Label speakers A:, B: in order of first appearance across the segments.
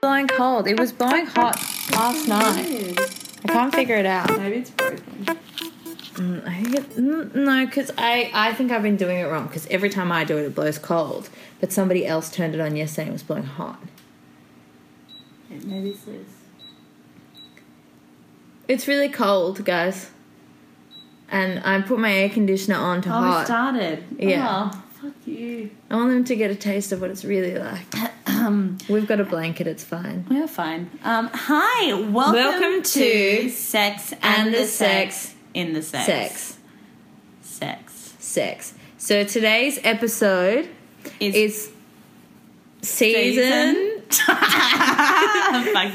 A: blowing cold. It was blowing hot last night. I can't figure it out.
B: Maybe it's broken.
A: Mm, I think it, mm, no, because I, I think I've been doing it wrong. Because every time I do it, it blows cold. But somebody else turned it on yesterday and it was blowing hot.
B: Maybe it's Liz.
A: It's really cold, guys. And I put my air conditioner on to
B: Oh, we
A: hot.
B: started.
A: Yeah.
B: Oh, fuck you.
A: I want them to get a taste of what it's really like.
B: Um,
A: We've got a blanket. It's fine.
B: we're fine. Um, hi, welcome,
A: Welcome to
B: Sex and,
A: And
B: the,
A: the
B: sex,
A: Sex.
B: in the Sex.
A: Sex,
B: Sex.
A: sex. So today's episode
B: Is,
A: is season
B: fuck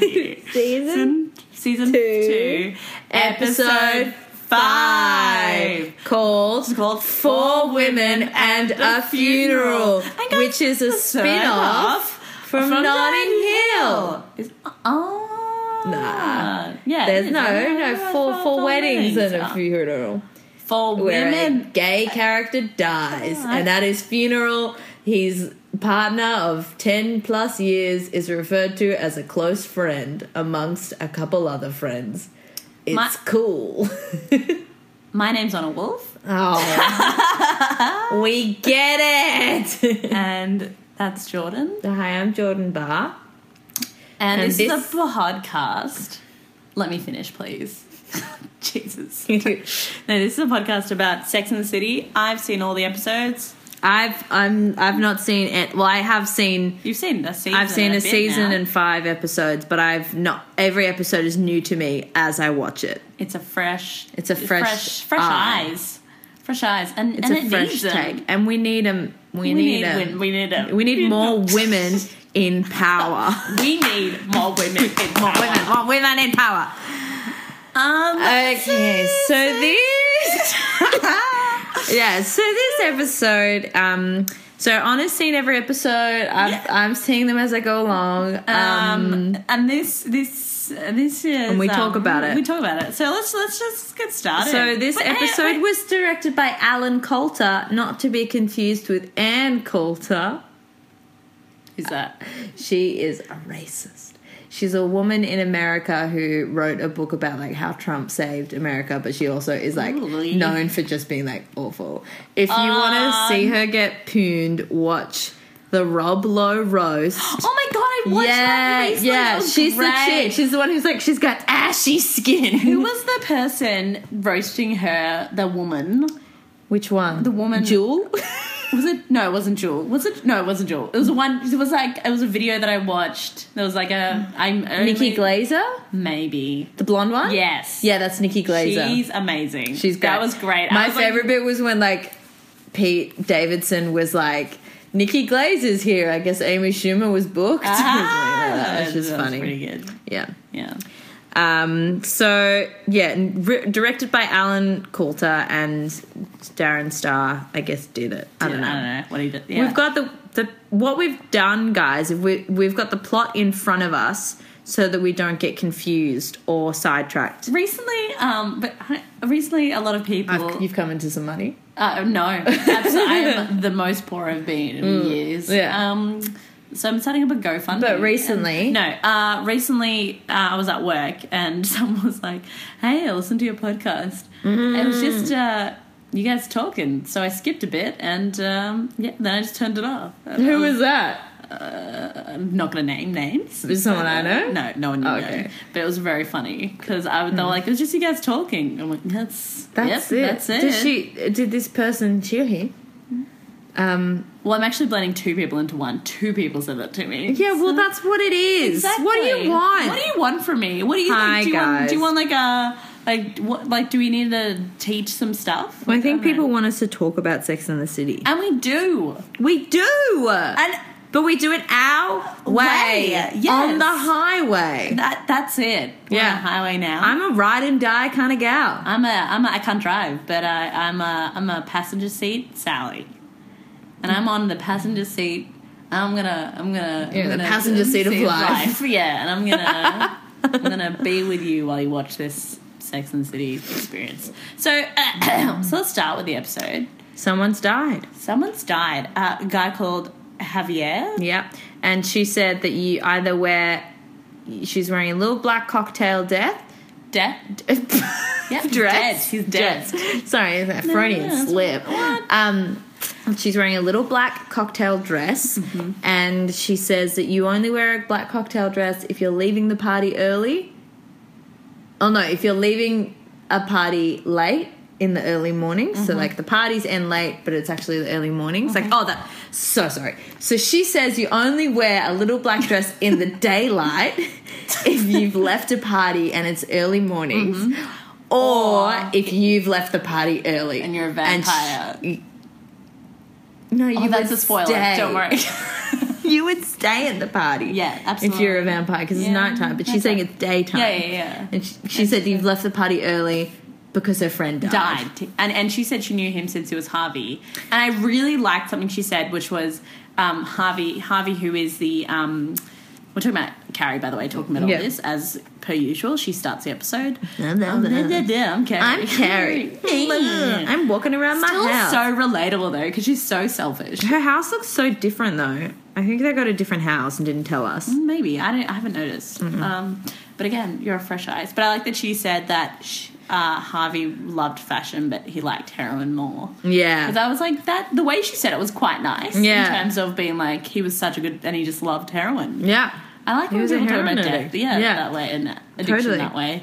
B: you.
A: season
B: Season, season
A: Two.
B: two,
A: episode five called
B: It's called
A: Four Women and a Funeral,
B: I got
A: which is a
B: the
A: spin off from, Notting Hill.
B: Is, oh.
A: Nah.
B: Yeah. it
A: There's
B: is.
A: no,
B: Oh,
A: no, four,
B: four-
A: four
B: four
A: weddings and
B: weddings.
A: a
B: Oh.
A: funeral.
B: For
A: Where a
B: women.
A: gay character dies,
B: Oh, I-
A: and at his funeral, his partner of 10 plus years is referred to as a close friend amongst a couple other friends. It's
B: My-
A: cool.
B: My name's Anna Wolf,
A: oh. we get it!
B: and that's Jordan.
A: Hi, I'm Jordan Barr.
B: And,
A: And
B: this,
A: this-
B: is a podcast. Let me finish, please. Jesus. No, this is a podcast about Sex and the City. I've seen all the episodes.
A: I've I'm I've not seen it. Well, I have seen
B: You've seen a season.
A: I've seen
B: and
A: a,
B: bit
A: season
B: now.
A: and five episodes, but I've not. Every episode is new to me as I watch it.
B: It's a fresh.
A: It's a fresh
B: fresh, fresh
A: eye.
B: eyes, fresh eyes, and
A: It's
B: and
A: a
B: it
A: fresh
B: needs them.
A: take, and we need them. We,
B: We
A: need
B: need,
A: them.
B: women.
A: We,
B: we need them.
A: need more women in power.
B: We need more women. in
A: more
B: power.
A: women, more women in power.
B: Um.
A: Okay, so this. yeah, so this episode. Um, so Anna's seen every episode. I've,
B: Yeah.
A: I'm seeing them as I go along. Um,
B: Um, and this this this is
A: we
B: um,
A: talk about it.
B: We talk about it. So let's let's just get started. eh,
A: So this
B: Wait,
A: episode
B: wait,
A: was directed by Alan Coulter, not to be confused with Ann Coulter.
B: who's that?
A: She is a racist. She's a woman in America who wrote a book about like how Trump saved America, but she also is like
B: Ooh. Um,
A: known for just being like awful. If you want to see her get pooned, watch the Rob Lowe roast.
B: Oh my god! I watched that. recently. That
A: yeah,
B: was
A: she's
B: great.
A: the chick. She's the one who's like she's got ashy skin.
B: Who was the person roasting her? The woman.
A: Which one? The
B: woman-
A: Jewel.
B: Was it? No, it wasn't Jewel. Was it? No, it wasn't Jewel. It was the one. It was like it was a video that I watched. There was like a I'm only,
A: Nikki Glazer.
B: Maybe.
A: The blonde one?
B: Yes.
A: Yeah, that's Nikki Glazer. She's,
B: She's amazing.
A: great.
B: That was great. I
A: My
B: was like,
A: favorite bit was when like Pete Davidson was like, Nikki Glazer's here. I guess Amy Schumer was booked.
B: Ah,
A: that was just
B: that
A: funny.
B: pretty good.
A: yeah.
B: Yeah.
A: Um, so yeah, re- directed by Alan Coulter and Darren Star, I guess did it. I don't know.
B: I don't know what he did. Yeah.
A: We've got the, the what we've done, guys. If we we've got the plot in front of us, so that we don't get confused or sidetracked.
B: recently, um, but I- recently a lot of people.
A: I've, you've come into some money.
B: uh, no, absolutely, I'm the most poor I've been in years.
A: Mm, yeah.
B: Um, so I'm starting up a GoFundMe.
A: But recently-
B: And- no. Uh, recently, uh, I was at work and someone was like, "Hey, I listened to your podcast. It
A: Mm.
B: was just uh, you guys talking." So I skipped a bit and um, yeah, then I just turned it off.
A: Who was that?
B: I'm not gonna name names.
A: Is someone I know?
B: No, no one you
A: Oh,
B: know.
A: okay. Mm.
B: But it was very funny because I would. They were like, "It was just you guys talking." I'm like, "That's
A: That's
B: yep,
A: it.
B: That's it."
A: Did she? Did this person cheer him? Um.
B: Well, I'm actually blending two people into one. Two people said that to me.
A: Yeah. Well, that's what it is. What do
B: Exactly.
A: you want?
B: What do you want from me? What do you?
A: Hi,
B: like, do you Want,
A: guys.
B: do you want like a like what? Like, do we need to teach some stuff?
A: I think
B: don't know.
A: people want us to talk about Sex in the City.
B: And we do.
A: We do,
B: And
A: but we do it our way,
B: Way,
A: on
B: yes.
A: the highway.
B: that that's it. We're
A: Yeah.
B: on the highway now.
A: I'm a ride and die kind of gal.
B: I'm a I'm a I can't drive, but I, I'm a I'm a passenger seat Sally, and I'm on the passenger seat. I'm gonna I'm gonna
A: You're
B: I'm
A: the
B: gonna-
A: passenger seat of life.
B: yeah. And I'm gonna I'm gonna be with you while you watch this Sex and the City experience. So uh, so let's start with the episode.
A: Someone's died.
B: Someone's died. Uh, a guy called Javier.
A: Yep. And she said that you either wear she's wearing a little black cocktail death.
B: Dead.
A: yeah,
B: he's dead. He's dead.
A: Sorry, that Freudian
B: no, no, it's
A: slip. Um, she's wearing a little black cocktail dress, and she says that you only wear a black cocktail dress if you're leaving the party early. Oh no, if you're leaving a party late in the early morning,
B: Mm-hmm.
A: so like the parties end late, but it's actually the early morning. It's like, oh, that. So sorry. So she says you only wear a little black dress in the daylight if you've left a party and it's early mornings. Or if you've left the party early
B: Mm-hmm. And you're a
A: sh-
B: vampire.
A: no, you
B: Oh, that's
A: would
B: a spoiler.
A: Stay.
B: Don't worry.
A: You would stay at the party.
B: Yeah,
A: If you're a
B: absolutely.
A: vampire, because
B: Yeah,
A: it's nighttime, but she's
B: okay.
A: saying it's daytime.
B: Yeah, yeah, yeah.
A: And she, she said you've left the party early because her friend died.
B: died. And and she said she knew him since he was Harvey. And I really liked something she said, which was um, Harvey Harvey, who is the um, we're talking about Carrie, by the way, talking about all
A: Yeah.
B: this as per usual. She starts the episode.
A: Da, da,
B: Um,
A: da.
B: da, da, da, I'm Carrie.
A: I'm Carrie.
B: Still
A: I'm walking around my house.
B: so relatable though, because she's so selfish.
A: her house looks so different though. I think they got a different house and didn't tell us.
B: Maybe I don't. I haven't noticed.
A: Mm-hmm.
B: Um, but again, you're a fresh eyes. But I like that she said that sh uh, Harvey loved fashion, but he liked heroin more.
A: Mm-hmm. Yeah.
B: Because I was like that. The way she said it was quite nice.
A: Yeah.
B: In terms of being like he was such a good and he just loved heroin.
A: yeah.
B: I like
A: He
B: when
A: was a
B: people talk
A: heroin
B: about death.
A: addict.
B: Yeah,
A: Yeah.
B: That way and addiction
A: Totally.
B: that way.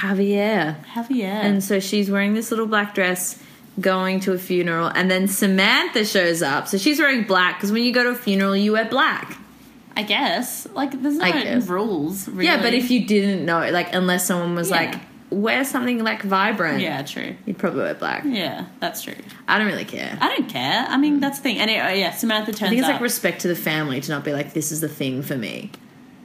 A: Javier.
B: Have you?
A: And so she's wearing this little black dress going to a funeral and then Samantha shows up. So she's wearing black because when you go to a funeral you wear black.
B: I guess like there's
A: I
B: no
A: guess.
B: rules. Really.
A: Yeah, but if you didn't know, like unless someone was
B: Yeah.
A: like wear something like vibrant.
B: yeah, true.
A: You'd probably wear black.
B: Yeah, that's true.
A: I don't really care.
B: I don't care. I mean, that's the thing. Anyway, yeah, Samantha turns
A: Hmm. I think it's
B: up.
A: like respect to the family to not be like this is the thing for me.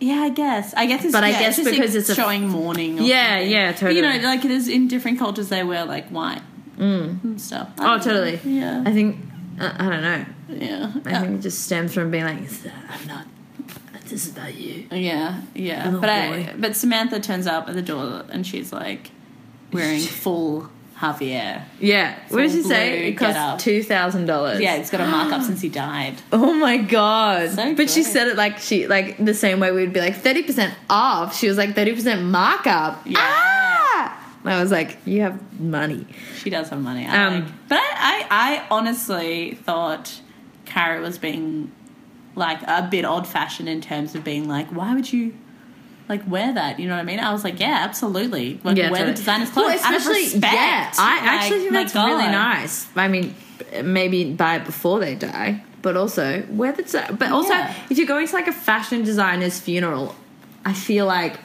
B: Yeah, I guess. I guess it's
A: But I
B: yeah,
A: guess
B: just
A: because
B: like
A: it's a-
B: showing mourning. Or
A: Yeah,
B: something.
A: yeah,
B: But, you know,
A: totally.
B: like it is in different cultures they wear like white and stuff. I
A: Oh,
B: don't know.
A: totally.
B: Yeah,
A: I think uh, I don't know.
B: yeah,
A: I
B: yeah.
A: think it just stems from being like "It's- I'm not. This is about you.
B: yeah, yeah.
A: Oh,
B: but I,
A: boy.
B: but Samantha turns up at the door and she's like wearing full Javier.
A: Yeah. what did
B: Full
A: she say?
B: blue
A: It
B: getup.
A: costs two thousand dollars.
B: Yeah, it's got a markup since he died.
A: Oh my god.
B: So
A: but she
B: good.
A: said it like she like the same way we would be like thirty percent off. She was like thirty percent markup.
B: Yeah.
A: Ah! And I was like, you have money.
B: She does have money. I
A: Um,
B: like. But I, I, I honestly thought Kara was being like a bit old fashioned in terms of being like, why would you like wear that? You know what I mean? I was like, yeah, absolutely. Like, wear
A: totally.
B: the designer's clothes.
A: Well,
B: out of respect.
A: yeah. I
B: Like,
A: actually think
B: my
A: that's really
B: God.
A: nice. I mean, maybe buy it before they die, but also wear the. desi- But also,
B: Yeah.
A: if you're going to like a fashion designer's funeral, I feel like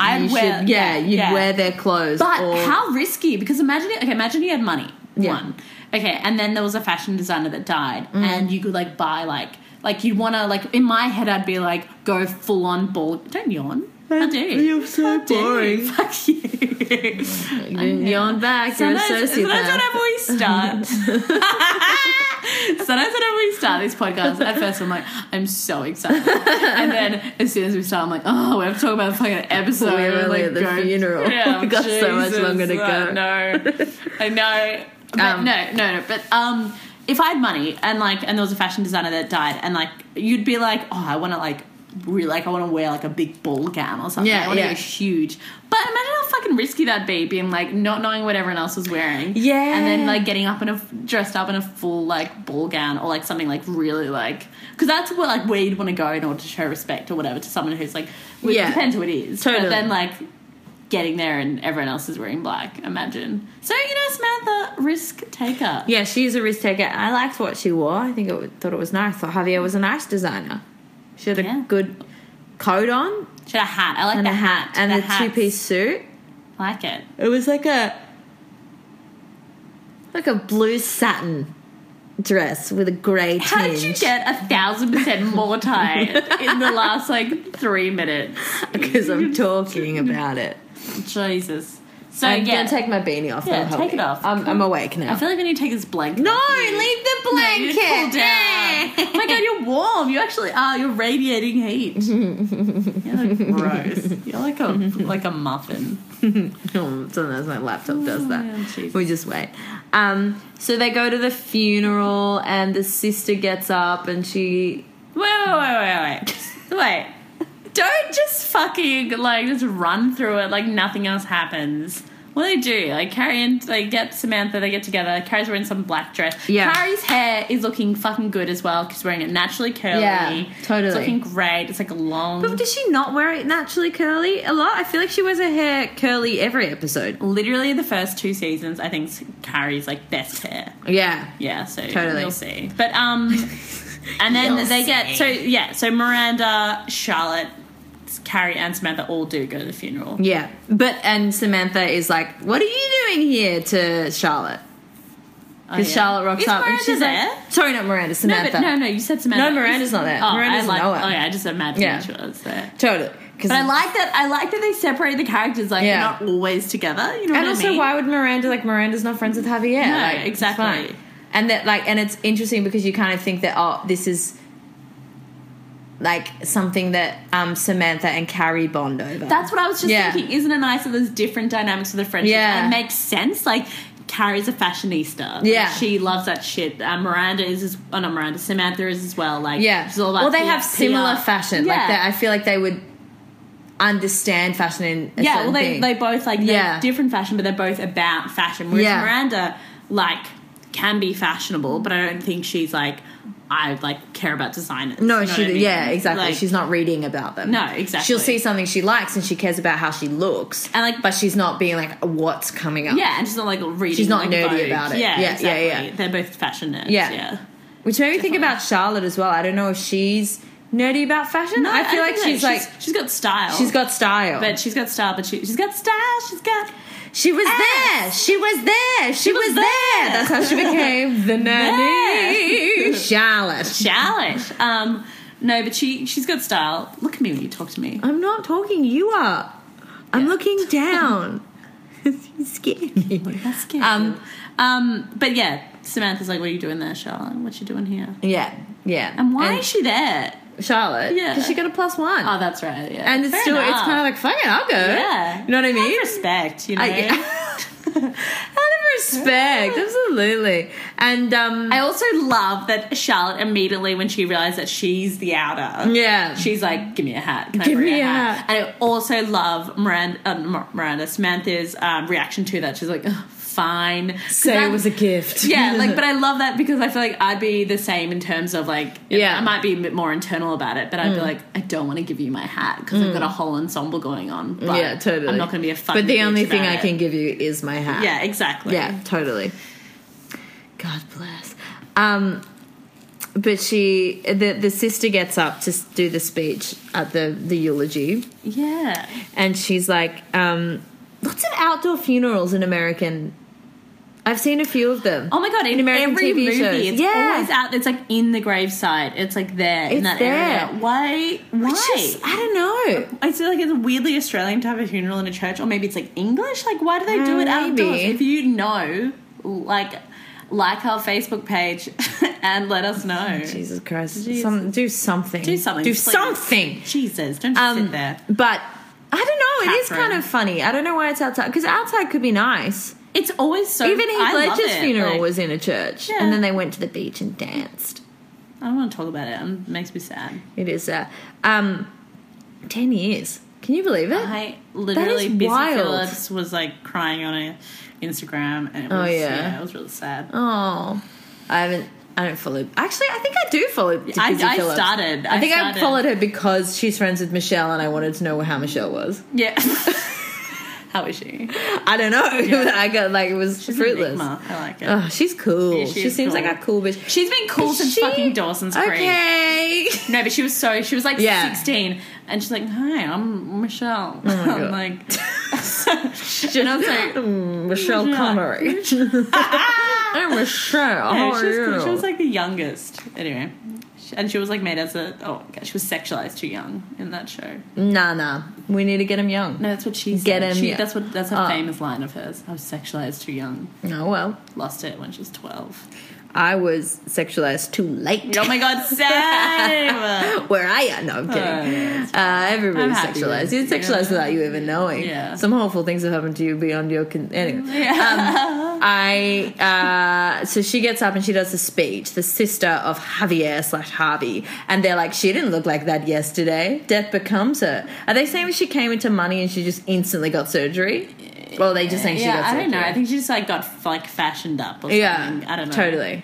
B: I'd
A: you
B: wear-
A: should, yeah, you'd
B: yeah.
A: wear their clothes.
B: But
A: or-
B: how risky? Because imagine it. Okay, imagine you had money.
A: Yeah. Mm.
B: One. Okay, and then there was a fashion designer that died, and you could like buy like like you'd want to like. In my head, I'd be like, go full on ball. Don't yawn. I do.
A: You're so
B: I do.
A: boring. Mm.
B: Fuck you.
A: You didn't yawn back. You're a
B: Sometimes, sometimes
A: sociopath.
B: whenever we start, sometimes whenever we start these podcasts, at first I'm like, I'm so excited, and then as soon as we start, I'm like, oh, we have to talk about the fucking episode.
A: We're
B: We're
A: really
B: like,
A: at the
B: go-
A: funeral. We've got so much longer to go.
B: I know, I know. But
A: Um,
B: no, no, no. But um, if I had money and like, and there was a fashion designer that died, and like, you'd be like, oh, I want to like. Really, like I want to wear like a big ball gown or something.
A: Yeah,
B: I want to
A: yeah.
B: go huge. But imagine how fucking risky that'd be, being like not knowing what everyone else was wearing.
A: Yeah.
B: and then like getting up in a dressed up in a full like ball gown or like something like really like because that's what like where you'd want to go in order to show respect or whatever to someone who's like. Well,
A: Yeah.
B: it depends who it is. But
A: Totally.
B: then like getting there and everyone else is wearing black. Imagine. So you know, Samantha, risk taker.
A: Yeah, she's a risk taker. I liked what she wore. I think it thought it was nice. Thought Javier was a nice designer. She had a
B: Yeah.
A: good coat on
B: She had a hat. I like
A: and
B: the
A: a hat and
B: the
A: a two piece suit.
B: hats. Like it.
A: It was like a like a blue satin dress with a grey tinge.
B: How did you get a thousand percent more tired in the last like three minutes?
A: Because I'm talking about it.
B: Jesus. So
A: I'm
B: Oh, yeah,
A: gonna take my beanie off.
B: Yeah,
A: now,
B: take
A: hubby.
B: it off.
A: I'm, I'm awake now.
B: I feel like I need to take this blanket.
A: no,
B: off you.
A: leave the
B: No, you
A: blanket.
B: cool down.
A: Yeah.
B: oh my god, you're warm. You actually are. You're radiating heat. You're like gross. You're like a like a muffin.
A: Oh, Sometimes my laptop does that.
B: Oh, Jesus.
A: we just wait. Um, so they go to the funeral, and the sister gets up, and she
B: Wait, wait, wait, wait, wait. Wait. Don't just fucking like just run through it like nothing else happens. What do they do? Like Carrie and they get Samantha, they get together. Carrie's wearing some black dress.
A: Yeah.
B: Carrie's hair is looking fucking good as well. 'cause She's wearing it naturally curly.
A: Yeah, totally.
B: It's looking great. It's like a long.
A: But does she not wear it naturally curly a lot? I feel like she wears her hair curly every episode.
B: Literally the first two seasons, I think Carrie's like best hair.
A: Yeah.
B: Yeah, so
A: Totally.
B: we'll see. But um, and then
A: You'll
B: they get
A: see.
B: so yeah, so Miranda, Charlotte, Carrie, and Samantha all do go to the funeral.
A: Yeah. But, and Samantha is like, what are you doing here to Charlotte?
B: Oh,
A: Because
B: yeah.
A: Charlotte rocks
B: Is
A: up
B: Miranda
A: and she's
B: there?
A: like, sorry, not Miranda,
B: no,
A: Samantha.
B: but no, no, you said Samantha.
A: No, Miranda's not there.
B: Oh,
A: Miranda
B: I
A: doesn't
B: like,
A: know it.
B: Oh yeah, I just imagined
A: Yeah.
B: she was there.
A: Totally.
B: But I like that. I like that they separate the characters. Like
A: Yeah.
B: they're not always together. You know
A: And
B: what I
A: also,
B: mean?
A: why would Miranda like Miranda's not friends with Javier?
B: No,
A: like, it's
B: exactly.
A: fine. And that like, and it's interesting because you kind of think that oh, this is like something that um Samantha and Carrie bond over.
B: That's what I was just
A: Yeah.
B: thinking. Isn't it nice that there's different dynamics of the friendship?
A: Yeah.
B: And it makes sense. Like, Carrie's a fashionista. Like,
A: Yeah.
B: she loves that shit. Uh, Miranda is, as, oh, not Miranda, Samantha is as well. Like,
A: yeah.
B: she's all about
A: well, they
B: P-
A: have similar
B: PR.
A: fashion. Like
B: Yeah.
A: that, I feel like they would understand fashion in a
B: yeah,
A: certain
B: well, they,
A: thing.
B: they both, like, they're
A: Yeah.
B: different fashion, but they're both about fashion. Whereas
A: Yeah.
B: Miranda, like, can be fashionable, but I don't think she's, like, I, like, care about designers.
A: no,
B: You know
A: she
B: what I mean?
A: yeah, exactly.
B: Like,
A: she's not reading about them.
B: No, exactly.
A: She'll see something she likes and she cares about how she looks.
B: And, like-
A: but she's not being like, what's coming up?
B: Yeah, and she's not, like, reading.
A: She's not
B: like,
A: nerdy
B: Vogue.
A: about it.
B: Yeah,
A: Yeah, yeah,
B: exactly.
A: yeah.
B: They're both fashion nerds.
A: Yeah.
B: yeah.
A: Which made me think about Charlotte as well. I don't know if she's nerdy about fashion. I feel like
B: think
A: she's
B: that
A: like
B: she's got style.
A: she's got style.
B: but she's got style, but she she's got style. She's got
A: she was
B: ass.
A: there. She was there. She, was,
B: was
A: there.
B: there.
A: That's how she became the nanny.
B: There.
A: Charlotte.
B: challenge. Um, no, but she she's got style. Look at me when you talk to me.
A: I'm not talking you up. I'm looking down. you scared me.
B: That's scary.
A: Um,
B: Um, um, but yeah, Samantha's like, "What are you doing there, Charlotte? What you doing here?
A: Yeah, yeah.
B: And why is she there?
A: Charlotte?
B: Yeah.
A: because she got a plus one,
B: Oh, that's right. Yeah,
A: and it's
B: Fair
A: still it's
B: enough.
A: kind of like fuck it, I'll go.
B: yeah.
A: you know what I mean?
B: Out of respect, you know.
A: I, out of respect, absolutely. And um,
B: I also love that Charlotte immediately when she realized that she's the outer.
A: yeah,
B: She's like, give me a hat. Can I
A: Give
B: bring
A: me
B: a
A: a
B: hat?
A: hat.
B: And I also love Miranda, uh, Mir- Miranda Samantha's um, reaction to that. She's like, "Ugh, fine. 'Cause
A: say it
B: I'm-
A: was a gift.
B: yeah, like, but I love that because I feel like I'd be the same in terms of like,
A: Yeah. Mm.
B: I might be a bit more internal about it, but I'd be like, I don't want to give you my hat because I've got a whole ensemble going on. But
A: yeah, totally.
B: I'm not going to be a fucking.
A: But the
B: bitch
A: only thing
B: about
A: I
B: it.
A: can give you is my hat.
B: Yeah, exactly.
A: yeah, totally. God bless. Um, but she, the the sister gets up to s- do the speech at the the eulogy,
B: yeah.
A: and she's like, um, "Lots of outdoor funerals in American. I've seen a few of them.
B: Oh my god! In
A: American
B: every
A: TV
B: movie,
A: shows.
B: it's
A: Yeah.
B: always out. It's like in the gravesite. It's like there
A: It's
B: in that
A: there.
B: area. Why? Why?
A: It's just- I don't know.
B: I feel like it's weirdly Australian to have a funeral in a church, or maybe it's like English. Like, why do they do
A: Mm,
B: it outdoors?
A: maybe.
B: If you know, like, like our Facebook page and let us know.
A: Jesus Christ!
B: Oh, Jesus.
A: Some, do something.
B: Do something.
A: Do
B: please.
A: something.
B: Jesus, don't just
A: Um,
B: sit there.
A: But I don't know. It is
B: Catherine.
A: kind of funny. I don't know why it's outside because outside could be nice.
B: It's always so.
A: Even Heath
B: Um, I love
A: Ledger's
B: it.
A: funeral
B: Like,
A: was in a church,
B: Yeah.
A: and then they went to the beach and danced.
B: I don't want to talk about it. It makes me sad.
A: It is uh, um, ten years. Can you believe it?
B: I literally
A: is
B: Busy
A: wild.
B: Phillips was like crying on a Instagram, and it
A: Oh,
B: was,
A: yeah.
B: yeah. it was really sad.
A: oh, I haven't. I don't follow. Actually, I think I do follow. Dizzy
B: I, I
A: Phillips.
B: started.
A: I think I
B: started.
A: followed her because she's friends with Michelle, and I wanted to know how Michelle was.
B: Yeah. How is she?
A: I don't know. I got like it was
B: She's
A: fruitless.
B: An enigma. I like it.
A: Oh, she's cool.
B: Yeah, she
A: she
B: is
A: seems
B: cool.
A: like a cool bitch.
B: She's been cool
A: Is
B: since
A: she-
B: fucking Dawson's Creek.
A: Okay.
B: No, but she was so she was like
A: Yeah. Oh
B: sixteen, and she's like, "Hi, I'm Michelle."
A: my
B: I'm
A: God.
B: like, and I was like,
A: Mm, Michelle
B: Yeah.
A: Connery. I'm Michelle.
B: yeah,
A: How are
B: she, was,
A: you?
B: cool. she was like the youngest. Anyway, She- and she was like made as a oh, God, she was sexualized too young in that show.
A: nah, nah. We need to get him young.
B: No, that's what she said.
A: Get him,
B: She,
A: yeah.
B: That's what that's a
A: Oh.
B: famous line of hers. I was sexualized too young.
A: Oh well.
B: Lost it when she was twelve.
A: I was sexualized too late.
B: Oh my god, same.
A: Where are you? No, I'm kidding.
B: Oh,
A: uh, everybody
B: I'm
A: was
B: happy
A: sexualized.
B: with-
A: You're sexualized
B: yeah.
A: without you even knowing.
B: Yeah.
A: Some awful things have happened to you beyond your con- anyway.
B: Yeah.
A: I uh, so she gets up and she does the speech, the sister of Javier slash Harvey, and they're like, she didn't look like that yesterday. Death becomes her. Are they saying she came into money and she just instantly got surgery? Well, they just saying she
B: yeah,
A: got
B: I
A: surgery.
B: don't know. I think she just like got like fashioned up or something.
A: yeah,
B: I don't know.
A: Totally.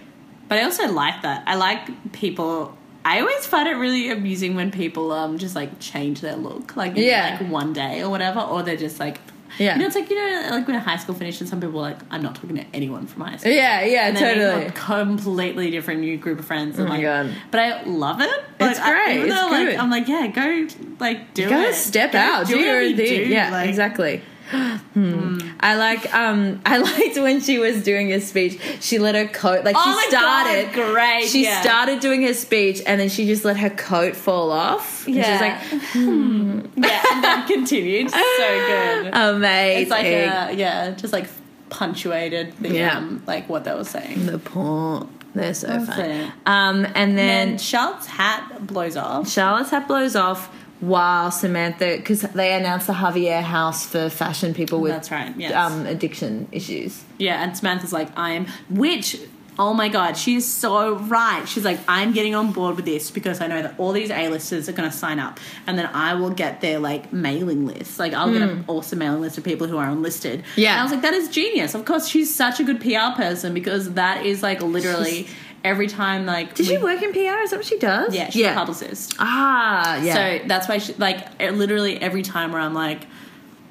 B: But I also like that. I like people. I always find it really amusing when people um just like change their look, like in,
A: Yeah.
B: like one day or whatever, or they're just like,
A: Yeah.
B: you know, it's like you know, like when high school finishes, some people are like, I'm not talking to anyone from high school.
A: Yeah, yeah,
B: And then
A: totally. Oh
B: they have a completely different new group of friends. and,
A: my
B: like,
A: God.
B: But I love it.
A: It's
B: Like, I-
A: great.
B: even
A: It's
B: though, like,
A: good.
B: I'm like, yeah, go like do
A: Go
B: it.
A: step
B: Go
A: out, do, your
B: whatever
A: own
B: you
A: thing.
B: do,
A: yeah,
B: like-
A: exactly. Hmm. I like. Um, I liked when she was doing her speech. She let her coat like
B: Oh
A: she
B: my
A: started.
B: God, great.
A: She
B: yeah.
A: started doing her speech, and then she just let her coat fall off. And
B: Yeah.
A: she was like, "Hmm."
B: yeah, and then continued. So good.
A: amazing.
B: It's like a, yeah, just like punctuated the
A: Yeah.
B: um, like what they were saying.
A: the point. They're so
B: That's it.
A: fun. Um, and
B: And
A: then
B: then Charlotte's hat blows off.
A: Charlotte's hat blows off while Samantha, because they announced the Javier House for fashion people with
B: That's right, yes.
A: um, addiction issues.
B: Yeah, and Samantha's like, I'm which oh my god, she is so right. She's like, I'm getting on board with this because I know that all these A-listers are gonna sign up and then I will get their like mailing list. Like I'll get an awesome mailing list of people who are unlisted.
A: Yeah.
B: And I was like, that is genius. Of course she's such a good PR person because that is like literally every time like
A: Does
B: we-
A: she work in PR? Is that what she does?
B: Yeah, she's a publicist.
A: Ah, yeah.
B: So that's why, she, like, it- literally every time where I'm like,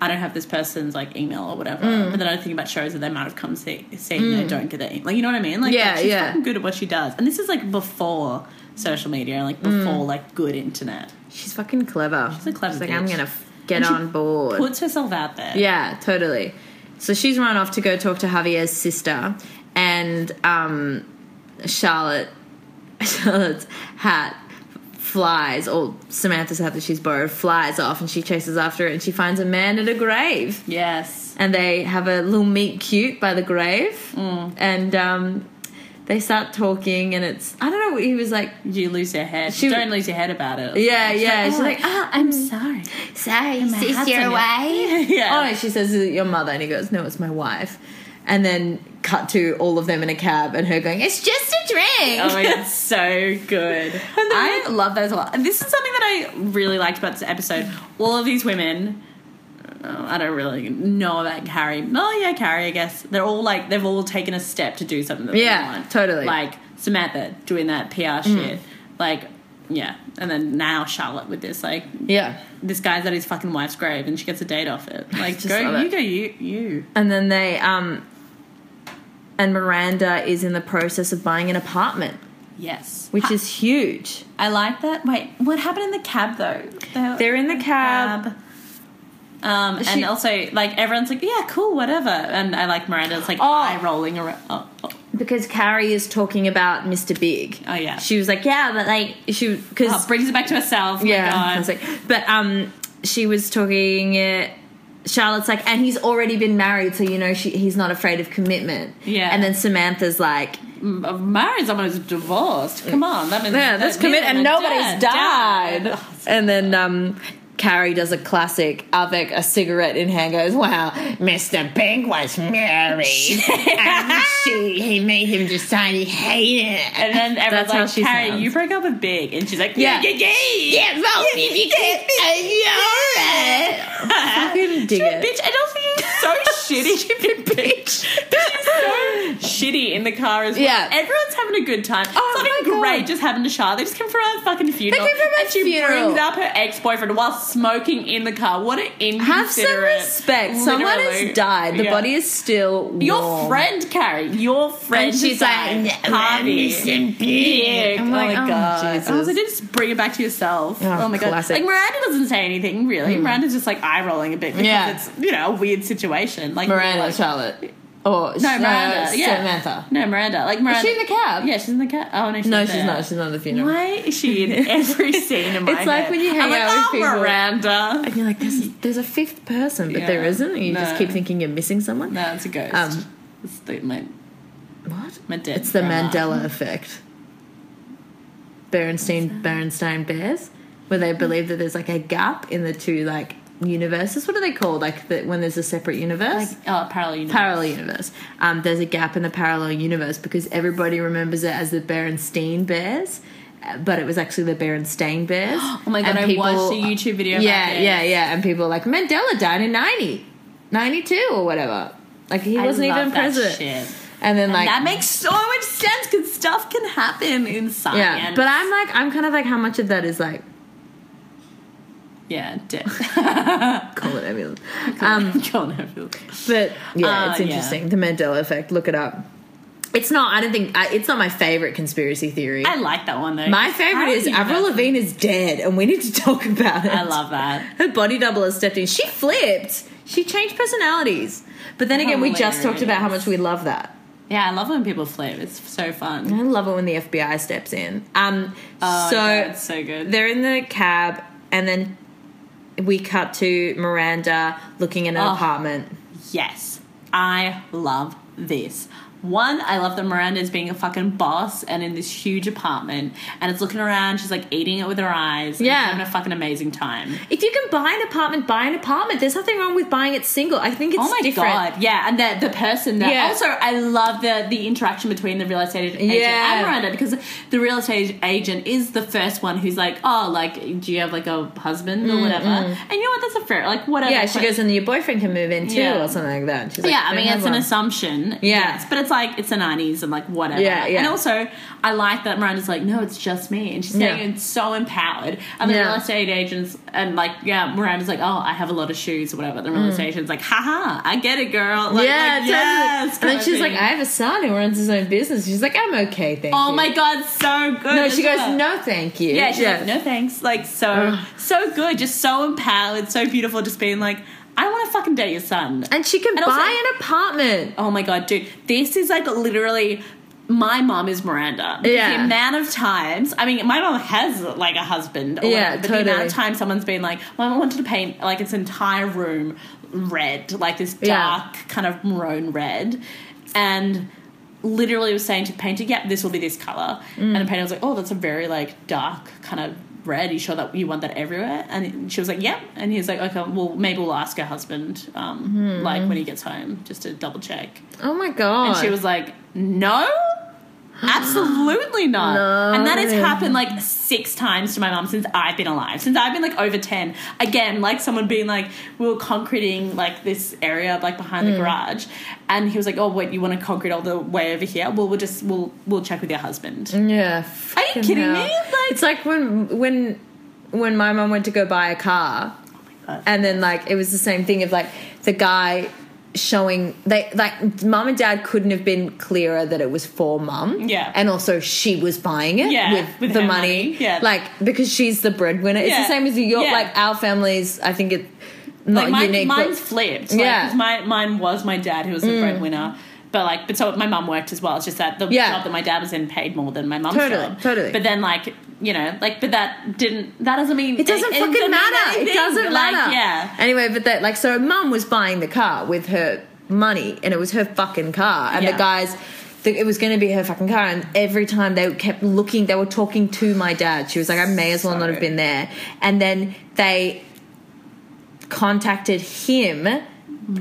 B: I don't have this person's like email or whatever,
A: Mm.
B: but then I think about shows that they might have come see, seeing they don't get their email. Like, you know what I mean? Like,
A: Yeah,
B: like, she's
A: yeah.
B: fucking good at what she does, and this is like before social media, like
A: Mm.
B: before like good internet.
A: she's fucking clever. She's
B: a clever
A: like, I'm
B: bitch.
A: gonna f- get
B: And she
A: on board.
B: Puts herself out there.
A: Yeah, totally. So she's run off to go talk to Javier's sister, and um, Charlotte, Charlotte's hat flies, or Samantha's hat that she's borrowed flies off, and she chases after it, and she finds a man at a grave,
B: Yes.
A: and they have a little meet cute by the grave,
B: Mm.
A: and um, they start talking, and it's I don't know. He was like,
B: You lose your head.
A: She-
B: don't lose your head about it.
A: yeah, yeah.
B: She's
A: She's like,
B: like, ah, I'm sorry.
A: sorry,
B: My
A: sis,
B: hat's
A: you're
B: on your-
A: away.
B: yeah.
A: Oh, no, she says, "Is it your mother?" And he goes, "No, it's my wife." And then cut to all of them in a cab and her going, "It's just a drink."
B: Oh my god, so good. I love those a lot. And this is something that I really liked about this episode. All of these women, uh, I don't really know about Carrie. Oh yeah, Carrie, I guess. They're all like, they've all taken a step to do something that
A: Yeah,
B: they want.
A: totally. Mm.
B: Like Samantha doing that PR shit. Like, yeah. And then now Charlotte with this, like,
A: Yeah.
B: this guy's at his fucking wife's grave and she gets a date off it. Like,
A: Just
B: go,
A: love
B: you
A: it.
B: go, you, you.
A: And then they um, and Miranda is in the process of buying an apartment,
B: Yes.
A: which is huge.
B: I like that. Wait, what happened in the cab though? They-
A: They're in the cab.
B: Um, and
A: She-
B: also, like everyone's like, yeah, cool, whatever. And I like Miranda's like
A: Oh.
B: eye rolling around. Oh, oh.
A: Because Carrie is talking about Mr. Big.
B: Oh, yeah.
A: She was like, yeah, but like she because
B: Oh, brings it back to herself.
A: yeah,
B: Yeah,
A: I was like, but um, she was talking. Uh, Charlotte's like, and he's already been married, so you know she, he's not afraid of commitment.
B: Yeah.
A: and then Samantha's like,
B: married someone who's divorced. Come on, that means
A: yeah,
B: that
A: that's
B: means
A: commit, and
B: they're
A: nobody's
B: dead,
A: died.
B: dead.
A: And then um, Carrie does a classic avec a cigarette in hand, goes, "Wow,
C: Mr. Big was married, and she, he made him decide he hated it.
B: And then
A: That's
B: everyone's
A: how
B: like,
A: she
B: Carrie,
A: sounds.
B: you broke up with Big, and she's like,
A: Yeah.
B: yeah, yeah, yeah,
C: Yeah, vote me if you can't. and
A: fucking dig
B: She's a
A: it."
B: bitch, and also she's so shitty. She's a bitch. She's so shitty in the car as well.
A: Yeah.
B: everyone's having a good time.
A: Oh my
B: Something
A: God.
B: great just happened to Char. They just came from a fucking funeral,
A: came from a
B: and she
A: funeral.
B: brings up her ex boyfriend while smoking in the car. What an inconsiderate!
A: Have some respect. Someone
B: literally.
A: has died. The
B: Yeah.
A: body is still warm.
B: Your friend, Carrie. Your friend.
A: And she's
B: has died.
A: like,
B: Harvey.
C: Mr. Big.
B: Oh my
A: like, oh,
B: god!
A: Jesus.
B: I was like, just bring it back to yourself.
A: Oh,
B: Oh, my
A: classic. Hmm.
B: god! Like Miranda doesn't say anything really. Miranda's just like eye rolling a bit because
A: Yeah.
B: it's you know a weird situation. Like
A: Miranda,
B: like,
A: Charlotte, or uh,
B: no Miranda, yeah.
A: Samantha.
B: No Miranda, like Miranda.
A: Is she in the cab?
B: yeah, she's in the cat. Oh no, she's
A: No,
B: not
A: she's
B: there.
A: not. She's not at the funeral.
B: Why is she in every scene in my
A: It's like
B: head?
A: when you hang
B: I'm like,
A: out with
B: oh,
A: people."
B: Miranda.
A: And you're like, there's, there's a fifth person, but
B: Yeah.
A: there isn't. And you just
B: No.
A: keep thinking you're missing someone.
B: No, it's a ghost.
A: Um,
B: it's the, my,
A: What?
B: my dead
A: It's the
B: grandma.
A: Mandela effect. Berenstein, Berenstein Bears, where they believe that there's like a gap in the two like universes. What are they called? Like the, when there's a separate universe?
B: Like, oh, parallel universe.
A: parallel universe. Um, there's a gap in the parallel universe because everybody remembers it as the Berenstain Bears, uh, but it was actually the Berenstain Bears.
B: Oh my god,
A: And
B: I watched a YouTube video about
A: Yeah,
B: this.
A: yeah, yeah. And people are like, Mandela died in 90, 92 or whatever. Like, he
B: I
A: wasn't
B: love
A: even
B: that
A: president.
B: shit.
A: And then, like,
B: that makes so much sense because stuff can happen in science.
A: yeah. But I'm like, I'm kind of like, how much of that is like,
B: yeah, dead.
A: call it ambulance.
B: Um,
A: Um, But yeah,
B: Uh,
A: it's
B: yeah.
A: interesting. The Mandela effect. Look it up. It's not. I don't think. I, it's not my favorite conspiracy theory.
B: I like that one though.
A: my favorite
B: Parallel
A: is Avril
B: universe.
A: Lavigne is dead, and we need to talk about it.
B: I love that.
A: her body double has stepped in. She flipped. She changed personalities. But then again, we just talked about how much we love that.
B: Yeah, I love when people flip. It's so fun.
A: I love it when the FBI steps in. Um.
B: Oh,
A: so
B: yeah, it's so good.
A: they're in the cab, and then we cut to Miranda looking in an
B: Oh.
A: apartment.
B: Yes, I love this. One, I love that Miranda is being a fucking boss and in this huge apartment, and it's looking around. She's like eating it with her eyes. and
A: Yeah.
B: having a fucking amazing time.
A: If you can buy an apartment, buy an apartment. There's nothing wrong with buying it single. I think it's
B: oh my
A: different.
B: god, yeah, and the the person that
A: Yeah.
B: also I love the the interaction between the real estate agent
A: Yeah.
B: and Miranda because the real estate agent is the first one who's like, oh, like, do you have like a husband or whatever? And you know what? That's a fair like whatever.
A: Mm, Yeah, she goes, and your boyfriend can move in too,
B: Yeah.
A: or something like that. She's like,
B: Yeah, I mean
A: don't
B: it's
A: have
B: an
A: one.
B: assumption. Yes, but it's like it's the nineties and like whatever.
A: Yeah, yeah.
B: And also, I like that Miranda's like, no, it's just me, and she's
A: Yeah.
B: saying it's so empowered. And the
A: Yeah.
B: real estate agents and like yeah, Miranda's like, oh, I have a lot of shoes or whatever. The real estate agent's like, haha, I get it, girl. Like,
A: Mm. yeah,
B: like,
A: totally.
B: yes.
A: And
B: kind
A: then
B: of
A: she's
B: thing.
A: like, I have a son who runs his own business. She's like, I'm okay, thank
B: oh
A: you.
B: my god, so good.
A: No, she
B: as
A: goes,
B: well.
A: no, thank you.
B: Yeah, she's like, no thanks. Like so, so good, just so empowered, so beautiful, just being like, I want to fucking date your son.
A: And she can
B: And also-
A: buy an apartment.
B: Oh my god, dude, this is like literally. My mom is Miranda. Because
A: Yeah.
B: The amount of times, I mean, my mom has like a husband. Or
A: Yeah,
B: whatever, but the amount
A: totally.
B: of times someone's been like, "My mom wanted to paint like its entire room red, like this
A: Yeah.
B: dark kind of maroon red," and literally was saying to the painter, "Yep, this will be this color." And the painter was like, "Oh, that's a very like dark kind of." Red, you sure that you want that everywhere? And she was like, "Yep." And he was like, "Okay, well, maybe we'll ask her husband, um, like when he gets home, just to double check."
A: Oh my god.
B: And she was like, No, absolutely not.
A: No.
B: And that has happened like six times to my mom since I've been alive, since I've been like over 10. Again, like someone being like, We were concreting like this area like behind
A: Mm.
B: the garage. And he was like, Oh, wait, you want to concrete all the way over here? Well, we'll just, we'll, we'll check with your husband.
A: Yeah.
B: Are you
A: fucking
B: kidding
A: hell.
B: me? Like-
A: it's like when when when my mum went to go buy a car,
B: Oh God.
A: and then like it was the same thing of like the guy showing they like mum and dad couldn't have been clearer that it was for mum.
B: Yeah.
A: and also she was buying it
B: Yeah,
A: with,
B: with
A: the
B: her
A: money.
B: money. Yeah.
A: like because she's the breadwinner. It's
B: Yeah.
A: the same as your
B: Yeah.
A: like our families. I think it not
B: Like mine,
A: unique. but-
B: mine's flipped. Like,
A: Yeah. Mm.
B: 'cause my, mine was my dad who was the breadwinner. But like, but so my mum worked as well. It's just that the
A: Yeah.
B: job that my dad was in paid more than my mum's
A: Totally,
B: job.
A: totally.
B: But then like, you know, like, but that didn't. That doesn't mean
A: It doesn't fucking
B: doesn't mean
A: matter. It
B: anything.
A: doesn't
B: Like,
A: matter.
B: Yeah.
A: Anyway, but that like so, mum was buying the car with her money, and it was her fucking car, and
B: Yeah.
A: the guys. The, it was going to be her fucking car, and every time they kept looking, they were talking to my dad. She was like, "I may as well not have been there." And then they contacted him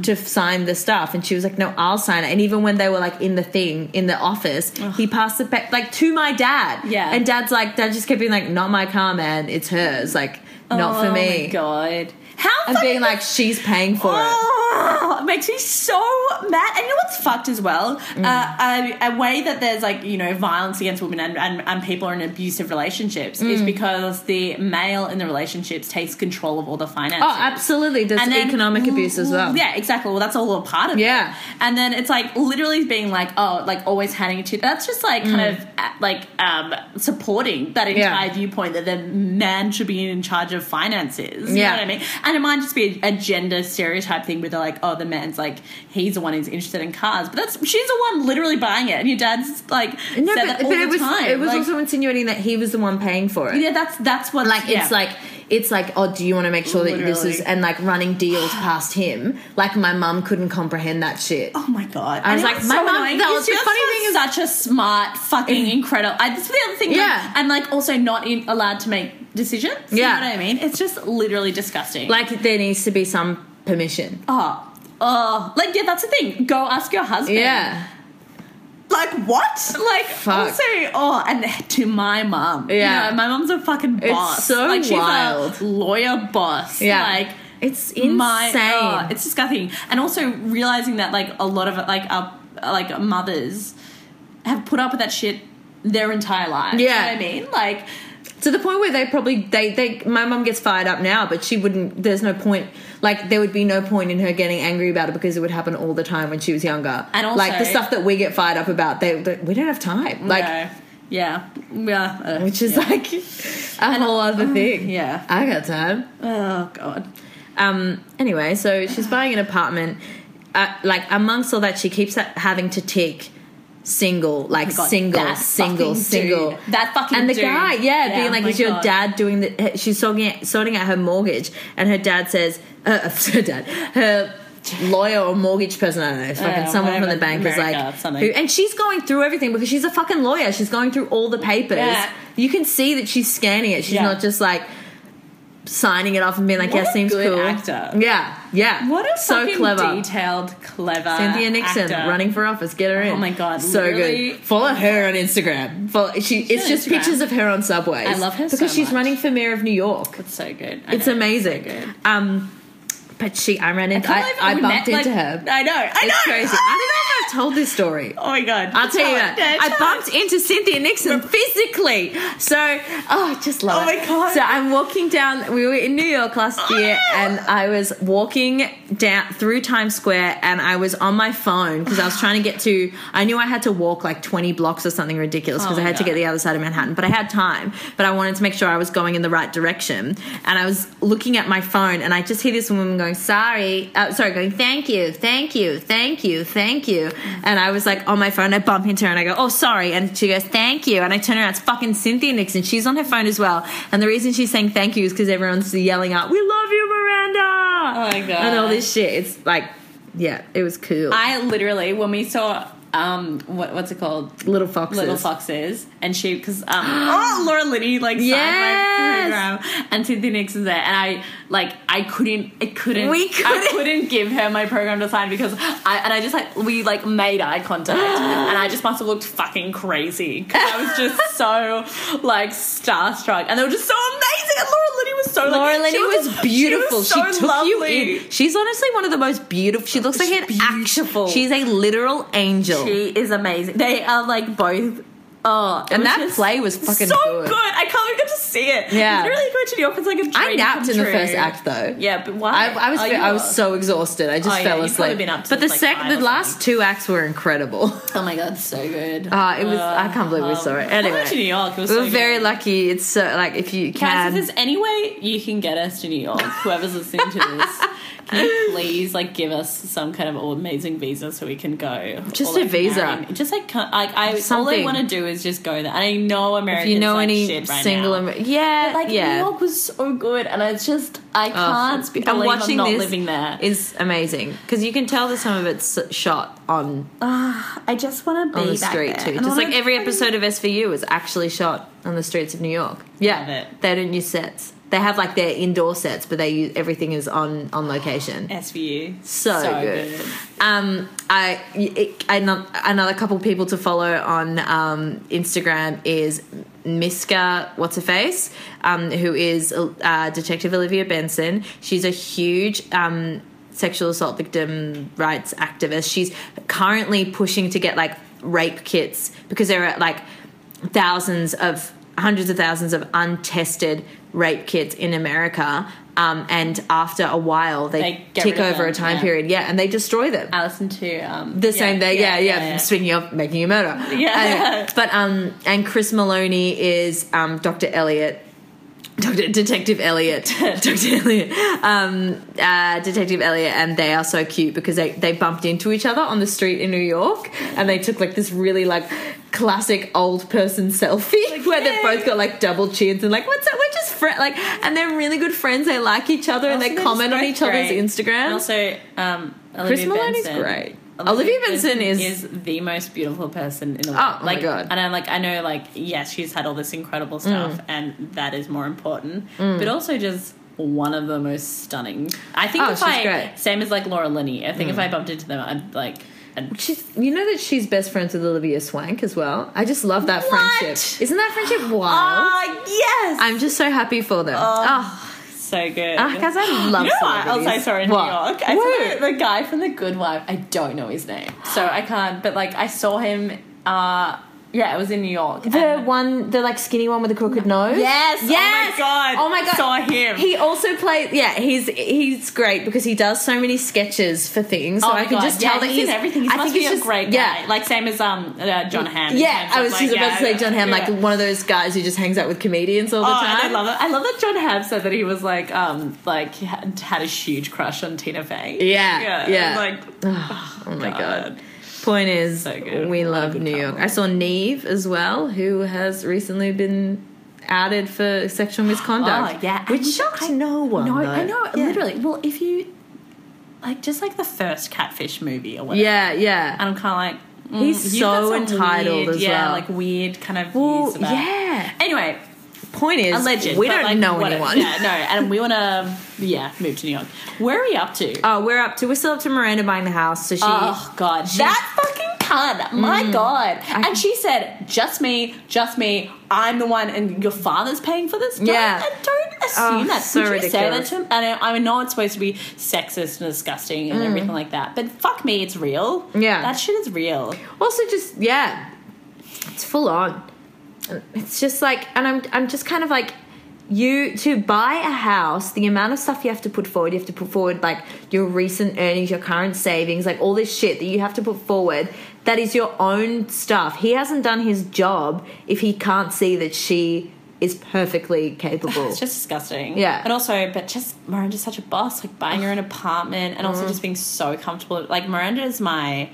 A: to f- sign the stuff, and she was like, "No, I'll sign it." And even when they were like in the thing in the office, he passed it back like to my dad.
B: Yeah.
A: and dad's like, dad just kept being like, "Not my car, man. It's hers. Like, not for
B: Oh my
A: me."
B: god. How
A: And
B: fucking
A: being like, she's paying for it.
B: Oh, it makes me so mad. And you know what's fucked as well?
A: Mm.
B: Uh, a, a way that there's like, you know, violence against women and, and, and people are in abusive relationships
A: Mm.
B: is because the male in the relationships takes control of all the finances.
A: Oh, absolutely. There's
B: And then-
A: economic abuse as well.
B: Yeah, exactly. Well, that's all a part of it.
A: Yeah.
B: And then it's like literally being like, oh, like always handing it to. That's just like kind of uh, like um, supporting that
A: Mm. Yeah.
B: entire viewpoint that the man should be in charge of finances. You
A: Yeah.
B: know what I mean? And it might just be a, a gender stereotype thing where they're like, oh, the man's like he's the one who's interested in cars, but that's she's the one literally buying it, and your dad's like said
A: No,
B: that
A: but,
B: all
A: but
B: the
A: it was
B: time.
A: it was
B: Like,
A: also insinuating that he was the one paying for it.
B: yeah, that's that's what
A: Like
B: yeah.
A: it's like it's like oh, do you want to make sure that this
B: Literally.
A: is and like running deals past him? Like my mum couldn't comprehend that shit.
B: Oh my god!
A: I was
B: And it
A: like, my
B: so
A: mum-
B: annoying.
A: that
B: You
A: was-
B: see,
A: the
B: that's
A: funny
B: why
A: thing
B: I'm
A: is-
B: such a smart, fucking incredible. I, that's the other thing.
A: Yeah.
B: like, and like also not in, allowed to make decisions. You
A: Yeah.
B: know what I mean? It's just literally disgusting.
A: Like there needs to be some permission.
B: oh, oh, like yeah, that's the thing. Go ask your husband.
A: Yeah.
B: Like what? Like
A: Fuck.
B: also, oh, and to my mum. You
A: Yeah.
B: know, my mum's a fucking
A: It's
B: boss.
A: so
B: like she's
A: wild.
B: a lawyer boss.
A: Yeah.
B: like.
A: it's insane.
B: My, oh, it's disgusting. And also realizing that like a lot of like our like mothers have put up with that shit their entire life. You know
A: Yeah.
B: what I mean? Like
A: to the point where they probably they they my mum gets fired up now, but she wouldn't. There's no point. Like there would be no point in her getting angry about it because it would happen all the time when she was younger.
B: And also-
A: like the stuff that we get fired up about, they, they- we don't have time. Like
B: no. yeah. Yeah. uh,
A: which is
B: yeah. uh,
A: like a whole other thing.
B: yeah.
A: I got time.
B: Oh god.
A: Um, anyway, so she's buying an apartment. Uh, like amongst all that, she keeps ha- having to tick single, like
B: Oh God,
A: single,
B: that
A: single,
B: fucking
A: single.
B: dude. That fucking
A: and the
B: dude.
A: guy, yeah,
B: Yeah, oh
A: being like,
B: my
A: "Is your
B: God.
A: dad doing the?" She's sorting out, sorting out her mortgage, and her dad says, uh, "Her dad, her." Lawyer or mortgage person, I don't know, fucking
B: Uh,
A: someone from
B: whatever,
A: the bank
B: America,
A: is like,
B: something.
A: who, and she's going through everything because she's a fucking lawyer. She's going through all the papers.
B: Yeah.
A: You can see that she's scanning it. She's
B: Yeah.
A: not just like signing it off and being like,
B: What
A: "Yeah,
B: a
A: seems
B: good
A: cool."
B: actor.
A: Yeah, yeah.
B: What a
A: so
B: fucking
A: clever.
B: detailed, clever
A: Cynthia Nixon
B: Uh, actor.
A: running for office. Get her in.
B: Oh my God,
A: so
B: literally-
A: good. Follow her on Instagram. Follow, she, it's
B: on
A: just
B: Instagram.
A: pictures of her on subways.
B: I love her
A: because
B: so
A: she's
B: much.
A: running for mayor of New York.
B: It's so good. I
A: It's
B: know.
A: amazing.
B: So good.
A: um, but she, I ran into, I,
B: can't believe
A: I,
B: we
A: bumped
B: met, like-
A: into her.
B: I know. I know.
A: It's crazy. I don't know if I've told this story.
B: Oh my god.
A: I'll tell you
B: Tell it.
A: that.
B: Yeah,
A: I
B: tell
A: bumped into Cynthia Nixon physically. So, oh, I just love
B: Oh
A: it.
B: my God. Oh!
A: So I'm walking down. We were in New York last year, and I was walking down through Times Square, and I was on my phone because I was trying to get to. I knew I had to walk like 20 blocks or something ridiculous because
B: Oh
A: I
B: my
A: had to
B: God.
A: get the other side of Manhattan, but I had time. But I wanted to make sure I was going in the right direction, and I was looking at my phone, and I just hear this woman going, "Sorry," uh, sorry, going, "Thank you, thank you, thank you, thank you," and I was like on my phone. I bump into her, and I go, "Oh, sorry," and she goes, "Thank you," and I turn around. It's fucking Cynthia Nixon. She's on her phone as well, and the reason she's saying thank you is because everyone's yelling out, "We love you, Miranda!" Oh
B: my God.
A: and all this shit. It's like, yeah, it was cool.
B: I literally when we saw um what, what's it called
A: Little foxes.
B: Little Foxes, and she because um, oh Laura Linney like signed my
A: Yes.
B: program, and Cynthia Nixon's there, and I like I couldn't, it couldn't,
A: We
B: I
A: couldn't.
B: couldn't give her my program to sign because I and I just like we like made eye contact, and I just must have looked fucking crazy 'cause I was just so like starstruck, and they were just so amazing, and Laura Linney was so like,
A: Laura
B: she
A: Linney was,
B: she
A: beautiful.
B: was
A: She,
B: so
A: took you in. She's honestly one of the most beautiful. She looks like an
B: Beautiful.
A: actual. She's a literal angel.
B: She is amazing. They are like both. Oh, it
A: and
B: was
A: that
B: just
A: play was fucking
B: so
A: good.
B: good. I can't even get to see it.
A: Yeah.
B: literally going to New York is like a dream
A: I napped
B: come
A: in the
B: true.
A: first act though.
B: Yeah, but why?
A: I, I was
B: Oh, you
A: I was
B: are.
A: so exhausted. I just
B: Oh, yeah,
A: fell
B: you've probably
A: asleep.
B: been up
A: but the
B: since, like,
A: second,
B: five
A: the
B: or
A: last two acts were incredible.
B: Oh my god, so good.
A: Ah, it was. I can't believe we
B: um,
A: saw it.
B: Uh, I
A: Anyway,
B: went to New York. It was
A: we
B: so
A: were very
B: good.
A: lucky. It's so like if you
B: Guys,
A: can.
B: if there's any way you can get us to New York, whoever's listening to this, can you please like give us some kind of amazing visa so we can go?
A: Just
B: Or, like,
A: a visa.
B: Marin- Just like co- like I all I
A: Something.
B: want to do is just go there. And I know
A: if
B: Americans.
A: you know
B: like,
A: any
B: shit right
A: single,
B: now.
A: Amer- yeah,
B: like
A: yeah.
B: New York was so good, and it's just I can't
A: it's be-
B: believe
A: and
B: I'm
A: watching
B: not
A: this
B: living there.
A: is amazing because you can tell that some of it's shot on
B: I just want to be
A: on the
B: back
A: street
B: there.
A: too.
B: And I
A: Just like
B: wanna
A: every episode
B: fucking-
A: of SVU was actually shot on the streets of New York. Yeah,
B: Love it.
A: they don't use sets. They have like their indoor sets, but they use everything is on on location.
B: SVU,
A: so, good. Um, I it, ano- another couple people to follow on um, Instagram is Miska What's Her Face, um, who is uh, Detective Olivia Benson. She's a huge. Um, sexual assault victim rights activist she's currently pushing to get like rape kits because there are like thousands of hundreds of thousands of untested rape kits in america um, and after a while they,
B: They get
A: tick
B: rid of
A: over a
B: them,
A: time
B: yeah.
A: period yeah, and they destroy them.
B: I listened to um,
A: the same day, yeah, yeah. Speaking of making a murder,
B: Yeah.
A: Anyway, but um, and Chris Maloney is um, Dr. Elliot, Dr. Detective Elliot, Dr. Elliot, um, uh, Detective Elliot, and they are so cute because they they bumped into each other on the street in New York, and they took like this really like classic old person selfie where they've
B: yay.
A: both got like double chins and like what's up we're just friends like and they're really good friends they like each other and
B: Also,
A: they
B: they're
A: comment
B: just
A: on
B: both
A: each other's
B: great.
A: instagrams
B: And also, um, Olivia
A: Chris Maloney's
B: Benson.
A: great. Olivia Benson is-
B: the most beautiful person in the world.
A: Oh, oh my
B: like,
A: God. Mm.
B: And I'm like, I know, like, yes, she's had all this incredible stuff, and that is more important, but also just one of the most stunning. I think
A: Oh,
B: if
A: she's
B: I
A: great. Mm.
B: same as like Laura Linney. I think if I bumped into them, I'd like. I'd,
A: She's, you know that she's best friends with Olivia Swank as well. I just love that friendship. Isn't that friendship wild?
B: Ah, yes,
A: I'm just so happy for them. Oh,
B: so good.
A: ah, guys, I love.
B: you know what else
A: celebrities.
B: I saw in
A: What?
B: New York? I
A: Woo!
B: saw the guy from The Good Wife. I don't know his name, so I can't. But like, I saw him. uh Yeah, it was in New York.
A: The
B: and-
A: one, the like skinny one with the crooked nose.
B: yes,
A: Yes.
B: Oh my god!
A: Oh my God.
B: Saw him.
A: He also plays. Yeah, he's he's great because he does so many sketches for things. So
B: Oh my
A: I can
B: God.
A: just
B: yeah,
A: tell that
B: he's in
A: he's
B: everything. He
A: I
B: must
A: think
B: be
A: he's
B: a
A: just-
B: great guy.
A: Yeah,
B: Like same as um uh, John Hamm. in
A: yeah.
B: terms
A: I
B: of,
A: was
B: like,
A: just about
B: yeah,
A: to say John Hamm, like
B: yeah.
A: one of those guys who just hangs out with comedians all the
B: Oh, and
A: time.
B: I love it. I love that John Hamm said that he was like, um, like he had, had a huge crush on Tina Fey.
A: Yeah, yeah.
B: Like,
A: oh, oh my god.
B: God.
A: Point is,
B: So good.
A: we
B: What a
A: love
B: good
A: New York.
B: couple.
A: I saw Neve as well, who has recently been outed for sexual misconduct.
B: Oh, yeah.
A: which
B: And
A: shocked
B: I-
A: no one.
B: No,
A: though.
B: I know.
A: Yeah.
B: Literally. Well, if you like, just like the first Catfish movie or whatever.
A: Yeah, yeah.
B: And I'm kind of like, mm,
A: He's
B: you've got
A: so
B: some
A: entitled
B: weird,
A: as
B: yeah,
A: well.
B: like weird kind of
A: well,
B: views about.
A: yeah.
B: Anyway,
A: Point is,
B: a legend.
A: we
B: but,
A: don't
B: like,
A: know
B: what-
A: anyone.
B: Yeah, no, and we want to, yeah, move to New York. Where are we up to?
A: Oh, we're up to we're still up to Miranda buying the house, so she Mm.
B: oh God, that fucking cunt! My God! And she said, "Just me, just me. I'm the one, and your father's paying for this." Don't,
A: Yeah.
B: and don't assume
A: Oh,
B: that.
A: so
B: Could you say that
A: ridiculous.
B: to him? And I, I know it's supposed to be sexist and disgusting and everything like that, but fuck me, it's real.
A: Mm. Yeah.
B: that shit is real.
A: also just yeah, it's full on. It's just like, and I'm I'm just kind of like you to buy a house. The amount of stuff you have to put forward, you have to put forward like your recent earnings, your current savings, like all this shit that you have to put forward. That is your own stuff. He hasn't done his job if he can't see that she is perfectly capable.
B: It's just disgusting.
A: Yeah.
B: And also, but just Miranda's such a boss, like buying her own apartment and
A: Mm.
B: also just being so comfortable. Like Miranda is my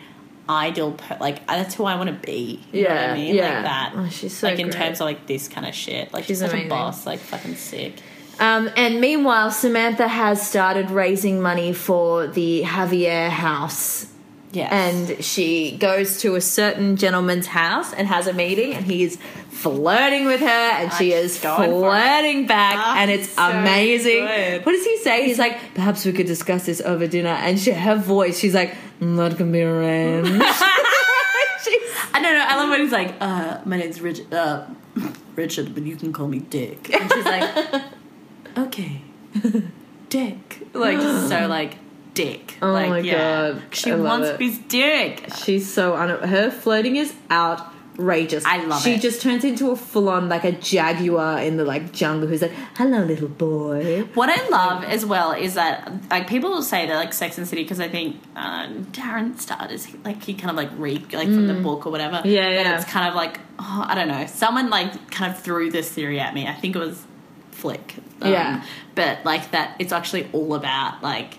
B: ideal, per- like that's who I want to be. You know what
A: Yeah,
B: I mean?
A: yeah.
B: Like that.
A: Oh, she's so
B: Like in
A: great.
B: terms of like this kind of shit. Like
A: She's
B: she's such
A: amazing.
B: a boss, like fucking sick.
A: Um, and meanwhile, Samantha has started raising money for the Javier house.
B: Yes.
A: And she goes to a certain gentleman's house and has a meeting, and he is flirting with her, and she
B: Ah,
A: is
B: she's going for it.
A: flirting back,
B: Ah,
A: and it's
B: so
A: amazing.
B: good.
A: What does he say? He's like, perhaps we could discuss this over dinner. And she, her voice, she's like, "Mm, that can be arranged. She's-
B: I don't know. I love when he's like, uh, my name's Richard, uh, Richard, but you can call me Dick. And she's like, okay, Dick. Like, just so like, Dick.
A: Oh
B: like,
A: my
B: yeah.
A: God,
B: She
A: I love
B: wants
A: it.
B: his dick.
A: She's so un- her flirting is outrageous.
B: I love
A: she
B: it.
A: just turns into a full on like a jaguar in the like jungle who's like, "Hello, little boy."
B: What I love as well is that like people will say that like Sex and City because I think um, Darren Star is like he kind of like read like from the book or whatever.
A: Mm. Yeah,
B: That
A: yeah.
B: It's kind of like oh, I don't know. Someone like kind of threw this theory at me. I think it was Flick. Um,
A: Yeah.
B: But like that, it's actually all about like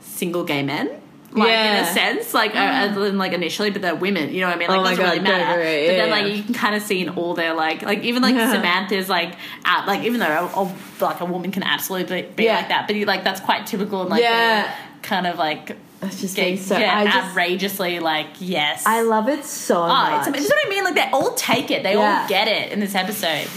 B: single gay men. Like in
A: Yeah. Mm.
B: a sense, like uh, other than like initially, but they're women. You know what I mean? Like
A: Oh my
B: it doesn't
A: God,
B: really matter.
A: don't worry.
B: But
A: Yeah,
B: then like
A: yeah.
B: you can kind of see in all their like like even like
A: Yeah.
B: Samantha's like at like even though a, a- like a woman can absolutely be
A: Yeah.
B: like that, but you, like that's quite typical and like
A: Yeah.
B: the kind of like
A: That's just
B: gay,
A: being so.
B: yeah,
A: I just
B: outrageously like yes.
A: I love it so
B: Oh,
A: much.
B: it's, it's what I mean. Like they all take it. They
A: Yeah. Uh-huh.
B: all get it in this episode.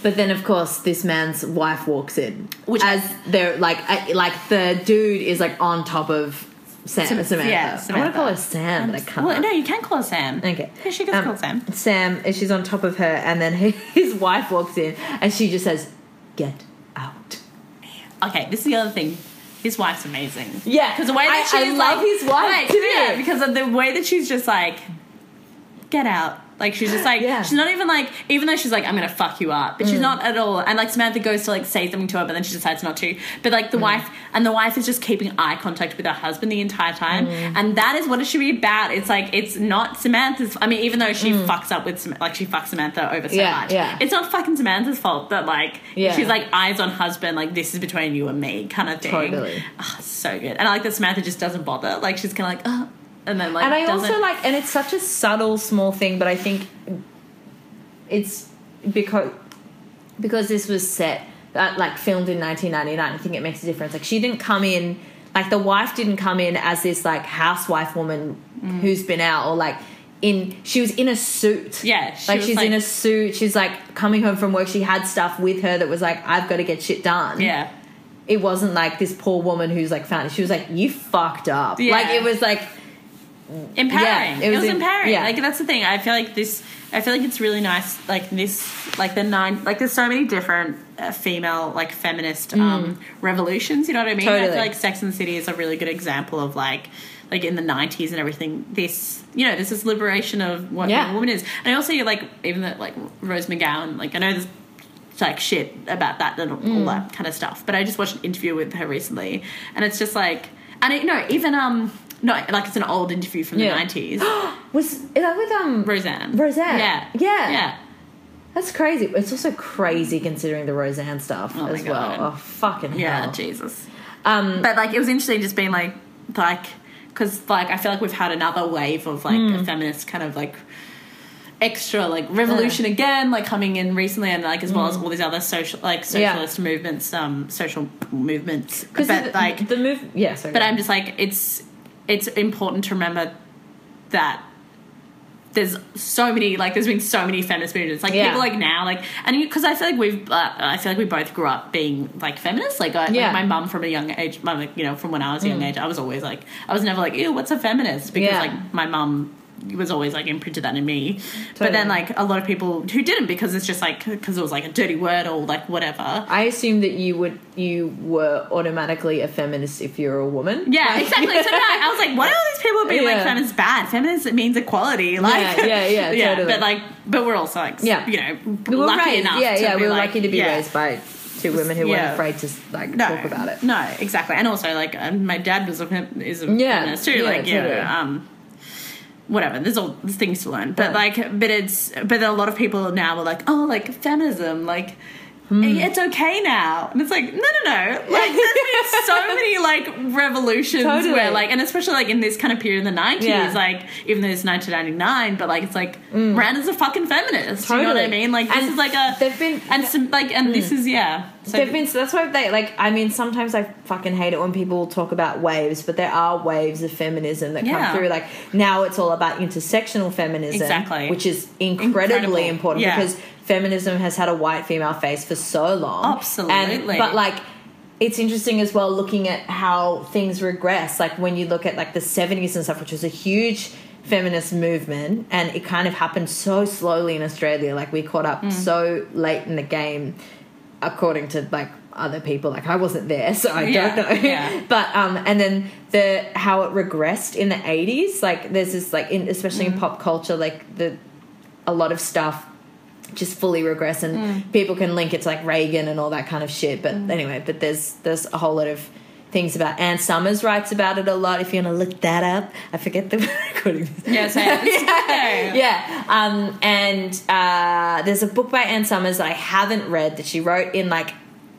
A: But then, of course, this man's wife walks in,
B: Which-
A: as they're like, I, like the dude is like on top of Sam,
B: Sam-
A: Samantha.
B: yeah,
A: I want
B: Samantha.
A: to call her Sam, but I can't.
B: Well, no, you can call her Sam.
A: Okay.
B: yeah, she gets
A: Um,
B: called Sam.
A: Sam, uh, she's on top of her, and then his wife walks in, and she just says, "Get out."
B: Okay, this is the other thing. His wife's amazing.
A: Yeah,
B: because the way that
A: I- I
B: she's
A: love
B: like,
A: his wife
B: Right,
A: too.
B: Yeah, because of the way that she's just like, get out. Like she's just like
A: Yeah. Mm.
B: she's not even like even though she's like I'm gonna fuck you up, but she's not at all. And like Samantha goes to like say something to her, but then she decides not to. But like
A: Mm.
B: the wife and the wife is just keeping eye contact with her husband the entire time,
A: Mm.
B: and that is what it should be about. It's like it's not Samantha's. I mean, even though she fucks up with Sam- like she fucks Samantha over so
A: Mm. Yeah,
B: much,
A: yeah.
B: it's not fucking Samantha's fault that like
A: Yeah.
B: she's like eyes on husband, like this is between you and me kind of thing.
A: Totally.
B: Ah, so good. And I like that Samantha just doesn't bother. Like she's kind of like, oh, and then like,
A: and I
B: doesn't.
A: also like, and it's such a subtle, small thing, but I think it's because because this was set uh, like filmed in 1999. I think it makes a difference. Like she didn't come in, like the wife didn't come in as this like housewife woman
B: Mm.
A: who's been out or like in she was in a suit.
B: Yeah, she
A: like
B: was,
A: she's in a
B: like-
A: suit. She's like coming home from work. She had stuff with her that was like, I've got to get shit done.
B: Yeah.
A: it wasn't like this poor woman who's like found. She was like, you fucked up.
B: Yeah.
A: Like it was like
B: Empowering.
A: Yeah,
B: it
A: it
B: was,
A: was in-
B: empowering.
A: yeah.
B: Like that's the thing. I feel like this. I feel like it's really nice. Like this. Like the nine. Like there's so many different uh, female like feminist um, revolutions. You know what I mean? I
A: Mm. Totally.
B: feel like Sex and the City is a really good example of like. Like in the '90s and everything, this you know, this is liberation of what
A: Yeah.
B: a woman is, and I also like even that like Rose McGowan, like I know there's it's like shit about that and all
A: Mm.
B: that kind of stuff. But I just watched an interview with her recently, and it's just like, and it, no, even um, no, like it's an old interview from the
A: Yeah.
B: nineties.
A: was is that with um
B: Roseanne.
A: Roseanne.
B: Yeah.
A: Yeah.
B: Yeah.
A: that's crazy. It's also crazy considering the Roseanne stuff
B: Oh my
A: as well.
B: God.
A: Oh fucking
B: Yeah.
A: hell.
B: Jesus.
A: um,
B: But like, it was interesting just being like, like, because like I feel like we've had another wave of like
A: Mm.
B: a feminist kind of like extra like revolution again like coming in recently and like as well as all these other social like
A: Mm. Yeah.
B: socialist movements um social movements
A: because
B: but
A: the,
B: like
A: the move. Yeah, sorry.
B: but I'm just like it's it's important to remember that there's so many like there's been so many feminist movements like
A: Yeah.
B: people like now like and because I feel like we've uh, I feel like we both grew up being like feminists like, I, like,
A: Yeah. Mm.
B: my mum from a young age my like, you know from when I was a young age I was always like I was never like ew what's a feminist because
A: Yeah.
B: like my mum was always like imprinted that in me but
A: Totally.
B: then like a lot of people who didn't because it's just like because it was like a dirty word or like whatever
A: I assume that you would you were automatically a feminist if you're a woman.
B: Yeah, exactly. So no, I was like, why do all these people be like
A: Yeah.
B: feminists bad? Feminists it means equality. Like
A: Yeah, yeah, yeah, totally.
B: But like but we're also like
A: Yeah.
B: you know
A: we were
B: lucky
A: raised.
B: enough.
A: yeah,
B: to
A: yeah,
B: be
A: we were
B: like-
A: lucky to be
B: yeah.
A: raised by two women who
B: Yeah.
A: weren't afraid to like
B: no,
A: talk about it.
B: No, exactly. And also like um, my dad was a fem- is a
A: Yeah,
B: feminist too.
A: yeah,
B: like yeah,
A: totally.
B: um whatever. There's all there's things to learn. But
A: Yeah.
B: like but it's but a lot of people now are like, oh like feminism, like
A: Hmm.
B: It's okay now, and it's like no, no, no. Like there's been so many like revolutions
A: Totally.
B: where like, and especially like in this kind of period in the nineties,
A: Yeah. Mm.
B: like even though it's 1999, but like it's like Miranda's a fucking feminist. You know what I
A: Totally.
B: mean? Like this
A: And
B: is like a
A: they've been-
B: and some like and this is yeah. So
A: They've been, so that's why they like. I mean, sometimes I fucking hate it when people talk about waves, but there are waves of feminism that
B: Yeah.
A: come through. Like now, it's all about intersectional feminism,
B: Exactly.
A: which is incredibly
B: Incredible.
A: important
B: Yeah.
A: because feminism has had a white female face for so long. And,
B: Absolutely.
A: but like. It's interesting as well looking at how things regress. Like when you look at like the 70s and stuff, which was a huge feminist movement and it kind of happened so slowly in Australia. Like we caught
B: Mm.
A: up so late in the game according to like other people like i wasn't there so i
B: Yeah,
A: don't know
B: yeah.
A: but um and then the how it regressed in the 80s like there's this like in especially
B: Mm.
A: in pop culture like the a lot of stuff just fully regress and
B: Mm.
A: people can link it to like reagan and all that kind of shit but anyway but there's there's a whole lot of things about Anne Summers writes about it a lot if you want to look that up I forget the recording this
B: yeah, so yeah.
A: yeah. Um, and uh, there's a book by Anne Summers that I haven't read that she wrote in like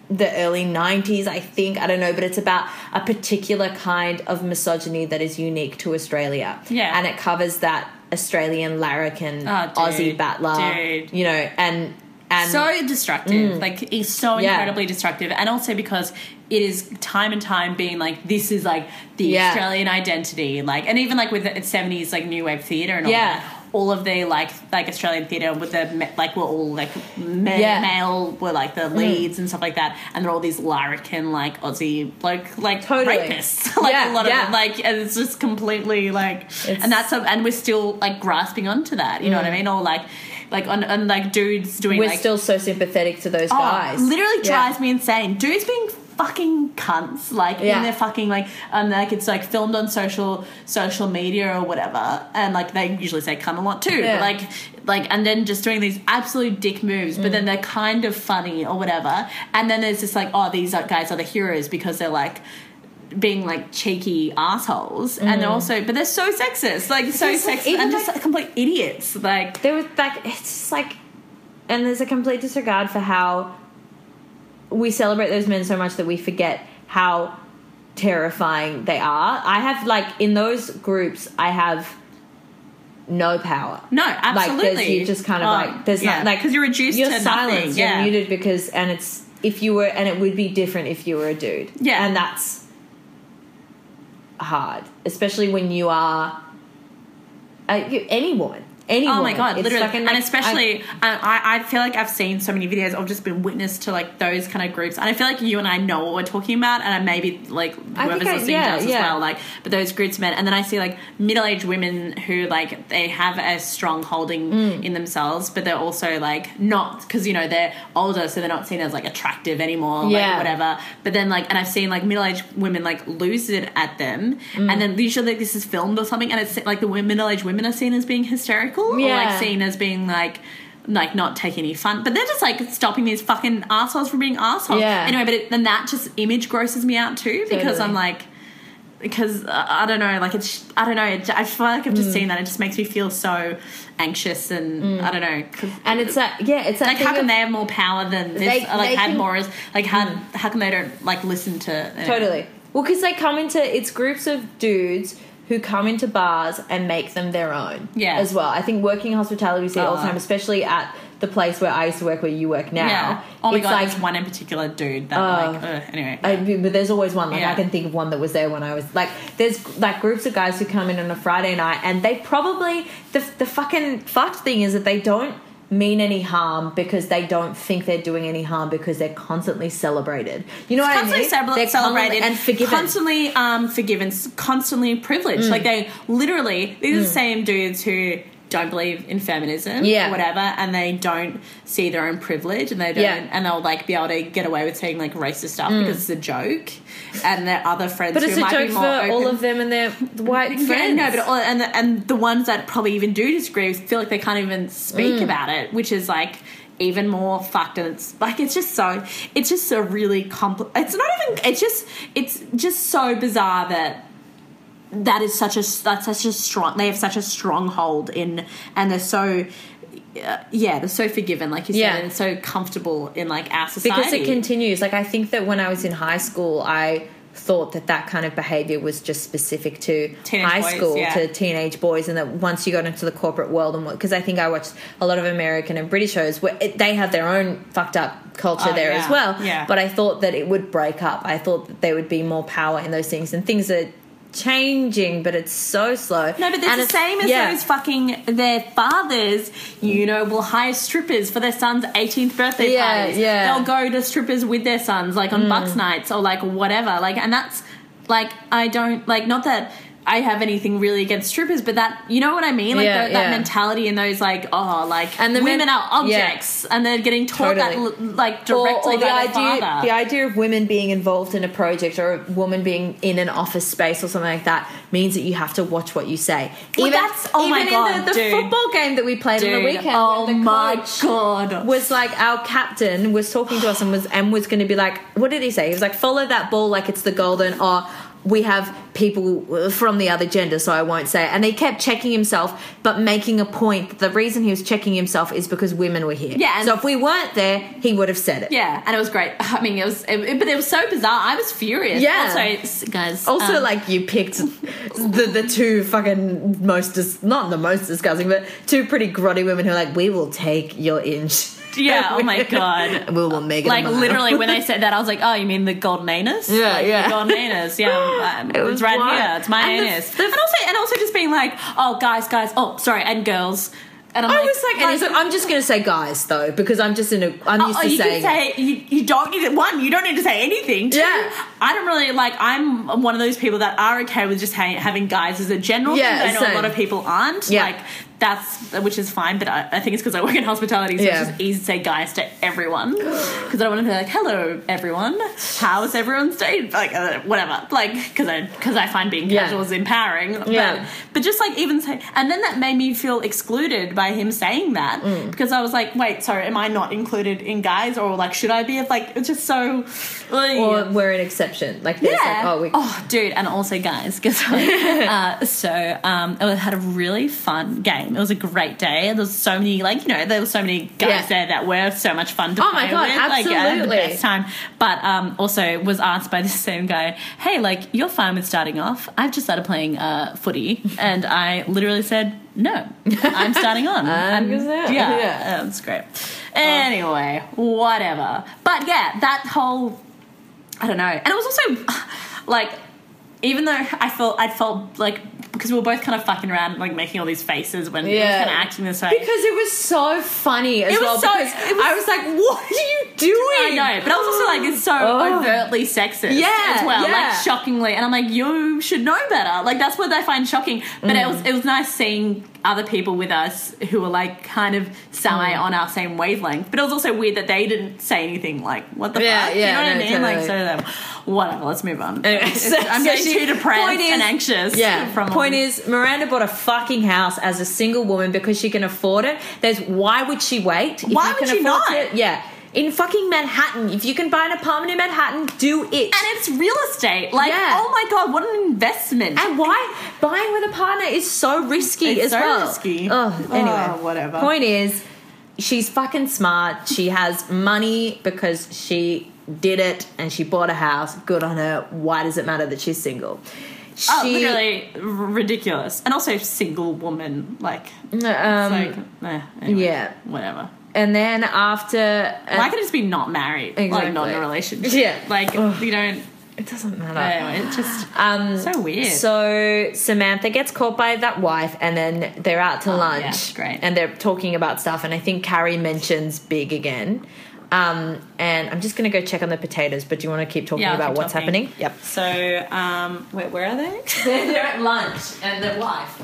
A: the early 90s, I think. I don't know, but it's about a particular kind of misogyny that is unique to Australia.
B: Yeah.
A: And it covers that Australian larrikin,
B: Oh, dude.
A: Aussie battler,
B: Dude.
A: you know, and. and Mm.
B: so destructive. Like it's so
A: Yeah.
B: incredibly destructive, and also because it is time and time being like this is like the
A: Yeah.
B: Australian identity, like and even like with the seventies like new wave theater and all
A: Yeah.
B: that. All of the like like Australian theatre with the ma- like were all like ma-
A: Yeah. Mm.
B: male were like the leads and stuff like that, and they're all these larrikin like Aussie like like
A: Totally.
B: rapists like
A: Yeah,
B: a lot
A: yeah.
B: of them like and it's just completely like
A: It's- Mm.
B: and that's some- and we're still like grasping onto that you know what I mean or like like on, on like dudes doing
A: we're
B: like,
A: still so sympathetic to those
B: Oh,
A: guys.
B: Literally
A: Yeah.
B: drives me insane. Dudes being fucking cunts, like in
A: Yeah.
B: their fucking like and like it's like filmed on social social media or whatever, and like they usually say cunt a lot too.
A: Yeah.
B: But like like and then just doing these absolute dick moves, but then they're kind of funny or whatever. And then there's just like, oh, these are- guys are the heroes because they're like being like cheeky assholes, and they're also but they're so sexist, like so
A: It's like,
B: sexist,
A: Mm. even
B: and just
A: like-
B: like, complete idiots, like.
A: there was like it's just like and there's a complete disregard for how we celebrate those men so much that we forget how terrifying they are i have like in those groups i have no power
B: No,
A: there's-
B: absolutely. Um,
A: you just kind of like there's
B: yeah.
A: not like
B: because you're reduced
A: you're
B: to nothing.
A: silenced
B: Yeah,
A: you're muted because and it's if you were and it would be different if you were a dude
B: Yeah.
A: and that's hard especially when you are Uh, you- any woman. Any
B: Oh my
A: woman.
B: god,
A: It's
B: literally,
A: fucking,
B: and
A: like, I-
B: especially, I, I, I feel like I've seen so many videos. I've just been witness to like those kind of groups, and I feel like you and I know what we're talking about, and I maybe like
A: I
B: whoever's
A: think I-
B: listening
A: yeah,
B: to us as
A: yeah.
B: well, like, but those groups men, and then I see like middle-aged women who like they have a strong holding
A: Mm.
B: in themselves, but they're also like not because you know they're older, so they're not seen as like attractive anymore,
A: Yeah.
B: like whatever. But then like, and I've seen like middle-aged women like lose it at them,
A: Mm.
B: and then usually this is filmed or something, and it's like the wo- middle-aged women are seen as being hysterical or
A: Yeah.
B: like seen as being like like not taking any fun but they're just like stopping these fucking assholes from being assholes
A: Yeah.
B: anyway but it, then that just image grosses me out too because
A: Totally.
B: i'm like because uh, i don't know like it's i don't know it, i feel like i've
A: Mm.
B: just seen that it just makes me feel so anxious and i don't know 'cause-
A: and it's that yeah, it's Mm. that
B: like how
A: thing
B: can
A: of-
B: they have more power than this
A: They-
B: or, like
A: they
B: had
A: can- Mm.
B: more is like how how can they don't like listen to uh, anyway.
A: Totally. Well, because they come into it's groups of dudes who come into bars and make them their own.
B: Yeah.
A: As well, I think working in hospitality we see it all the
B: Oh.
A: time, especially at the place where I used to work, where you work now.
B: yeah oh my
A: it's
B: god
A: like-
B: there's one in particular dude that
A: Oh.
B: like ugh, anyway
A: I, but there's always one. Like
B: Yeah.
A: I can think of one that was there when I was like. There's like groups of guys who come in on a Friday night, and they probably the the fucking fucked thing is that they don't mean any harm because they don't think they're doing any harm because they're constantly celebrated. You know what
B: constantly
A: I mean?
B: celebra-
A: they're
B: celebrated
A: constantly- and forgiven. Mm.
B: constantly um, forgiven, s- constantly privileged. Like they literally, these are the same dudes who don't believe in feminism,
A: Yeah.
B: or whatever, and they don't see their own privilege, and they don't,
A: Yeah. Mm.
B: and they'll like be able to get away with saying like racist stuff because it's a joke, and their other friends,
A: but
B: who
A: it's a
B: might
A: joke
B: be
A: for
B: more open,
A: all of them and their white friends.
B: yeah, no, but all, and the, and the ones that probably even do disagree feel like they can't even speak
A: Mm.
B: about it, which is like even more fucked. And it's like it's just so it's just a really compli It's not even. It's just it's just so bizarre that that is such a that's such a strong. They have such a stronghold in, and they're so. Uh, yeah, they're so forgiven, like you said,
A: Yeah.
B: and so comfortable in like our society.
A: because it continues. Like I think that when I was in high school, I thought that that kind of behavior was just specific to
B: Teenage
A: high
B: boys,
A: school
B: yeah.
A: to teenage boys, and that once you got into the corporate world and because I think I watched a lot of American and British shows where it, they have their own fucked up culture
B: Oh,
A: there
B: yeah,
A: as well.
B: yeah.
A: But I thought that it would break up. I thought that there would be more power in those things, and things are changing, but it's so slow.
B: No, but they're
A: And
B: the
A: it's-
B: same as
A: yeah.
B: those fucking their fathers. You know, will hire strippers for their sons' 18th birthday
A: Yeah,
B: parties.
A: yeah. Mm.
B: They'll go to strippers with their sons, like on bucks nights or like whatever. Like, and that's like I don't like not that. I have anything really against strippers, but that you know what I mean, like
A: Yeah,
B: tho- that
A: yeah.
B: mentality and those like oh, like
A: And
B: and
A: the
B: the
A: men-
B: women are
A: yeah.
B: objects, and they're getting taught
A: Totally.
B: that l- like
A: Or-
B: directly
A: or, the
B: by their
A: idea
B: father.
A: the idea of women being involved in a project or a woman being in an office space or something like that means that you have to watch what you say.
B: Well, that's- oh my
A: even in
B: God,
A: the, the
B: dude.
A: football game that we played on the
B: Dude,
A: weekend,
B: oh
A: when the
B: my
A: coach
B: god,
A: was like our captain was talking to us and was and was going to be like, what did he say? He was like, follow that ball like it's the golden or. We have people from the other gender, so I won't say. it." And he kept checking himself, but making a point that the reason he was checking himself is because women were here.
B: Yeah, and-
A: So if we weren't there, he would have said it.
B: Yeah, and it was great. I mean, it was, it, it- but it was so bizarre. I was furious.
A: Yeah.
B: Also, s- guys.
A: Also,
B: um,
A: like you picked the the two fucking most dis- not the most disgusting, but two pretty grotty women who are like, we will take your inch.
B: yeah. Oh my god.
A: we will make it a
B: Like
A: mile."
B: literally, when they said that, I was like, "Oh, you mean the golden anus?
A: Yeah,
B: Like,
A: yeah.
B: the golden anus. Yeah, um,
A: It
B: it
A: was
B: was right
A: wild.
B: here. It's my
A: And the-
B: anus."
A: the-
B: and also, and also, just being like, "Oh, guys, guys. Oh, sorry, and girls." And I'm
A: I
B: like,
A: was like, and he's like, I'm just gonna say guys though because I'm just in a I'm
B: Oh,
A: used
B: oh,
A: to
B: you
A: saying. it."
B: can say you, you don't need to, one. You don't need to say anything. Two,
A: Yeah.
B: I don't really like. I'm one of those people that are okay with just ha- having guys as a general.
A: Yeah,
B: thing. but I know
A: same.
B: a lot of people aren't.
A: Yeah.
B: Like that's which is fine, but I, I think it's because I work in hospitality, so
A: Yeah.
B: it's just easy to say guys to everyone because I don't want to be like, "Hello, everyone. How is everyone's day?" Like uh, whatever. Like because I because I find being
A: Yeah.
B: casual is empowering. But-
A: Yeah.
B: but just like even say, and then that made me feel excluded by him saying that because I was like, wait, sorry, am I not included in guys or like should I be? If like it's just so,
A: Or we're an exception. Like there's
B: yeah.
A: like, oh, we,
B: dude, and also guys. 'cause, uh, so um, I had a really fun game. It was a great day. There was so many, like you know, there were so many guys
A: Yeah.
B: there that were so much fun to
A: Oh my
B: play
A: God,
B: with. Like, yeah, I had the
A: absolutely.
B: best time. But um, also was asked by the same guy, "Hey, like you're fine with starting off? I've just started playing uh, footy, and I literally said." No, I'm starting on. I'm,
A: just there.
B: yeah,
A: Um, Yeah. Oh.
B: yeah, that's great. Anyway, whatever. But yeah, that whole I don't know. And it was also like, even though I felt I felt like because we were both kind of fucking around, like making all these faces when we were
A: Yeah.
B: kind of acting this way.
A: Because it was so funny as
B: It was
A: well.
B: so-
A: because
B: it was-
A: I was like, "What are you doing?"
B: I know, but I was also like, it's so
A: Oh.
B: overtly sexist
A: Yeah,
B: as well,
A: yeah.
B: like shockingly. And I'm like, you should know better. Like that's what I find shocking. But it
A: Mm.
B: was it was nice seeing other people with us who were like kind of semi
A: Mm.
B: on our same wavelength. But it was also weird that they didn't say anything like, what the
A: Yeah,
B: fuck?
A: yeah,
B: you know what I
A: no,
B: mean? Like so
A: totally.
B: then, whatever. Let's move on.
A: Anyway,
B: It's-
A: so-
B: I'm
A: so
B: getting
A: she-
B: too depressed
A: point is-
B: and anxious.
A: Yeah.
B: From
A: Point is, Miranda bought a fucking house as a single woman because she can afford it. There's why would she wait? If
B: Why
A: you
B: would
A: can
B: she
A: afford
B: not?
A: to- yeah. In fucking Manhattan, if you can buy an apartment in Manhattan, do it.
B: and it's real estate. Like,
A: Yeah.
B: oh my god, what an investment!
A: And why buying with a partner is so risky
B: It's
A: as
B: so
A: well.
B: risky.
A: Ugh, anyway,
B: Oh, whatever.
A: Point is, she's fucking smart. She has money because she did it and she bought a house. Good on her. Why does it matter that she's single? She,
B: Oh, literally r- ridiculous. And also single woman, like,
A: Um,
B: like eh, anyway,
A: yeah.
B: whatever.
A: and then after, uh, and-
B: Why can it just be not married, like not in
A: Exactly.
B: a relationship?
A: Yeah.
B: like
A: Ugh.
B: you don't.
A: it doesn't matter.
B: Anyway, it's just
A: Um,
B: so weird.
A: So Samantha gets caught by that wife, and then they're out to lunch.
B: yeah, great.
A: And they're talking about stuff, and I think Carrie mentions Big again. Um, and I'm just gonna go check on the potatoes. But do you want to keep talking
B: Yeah, I'll
A: about
B: keep
A: what's
B: talking.
A: happening? Yep.
B: so, um, wait, where are they?
A: they're at lunch, and the wife.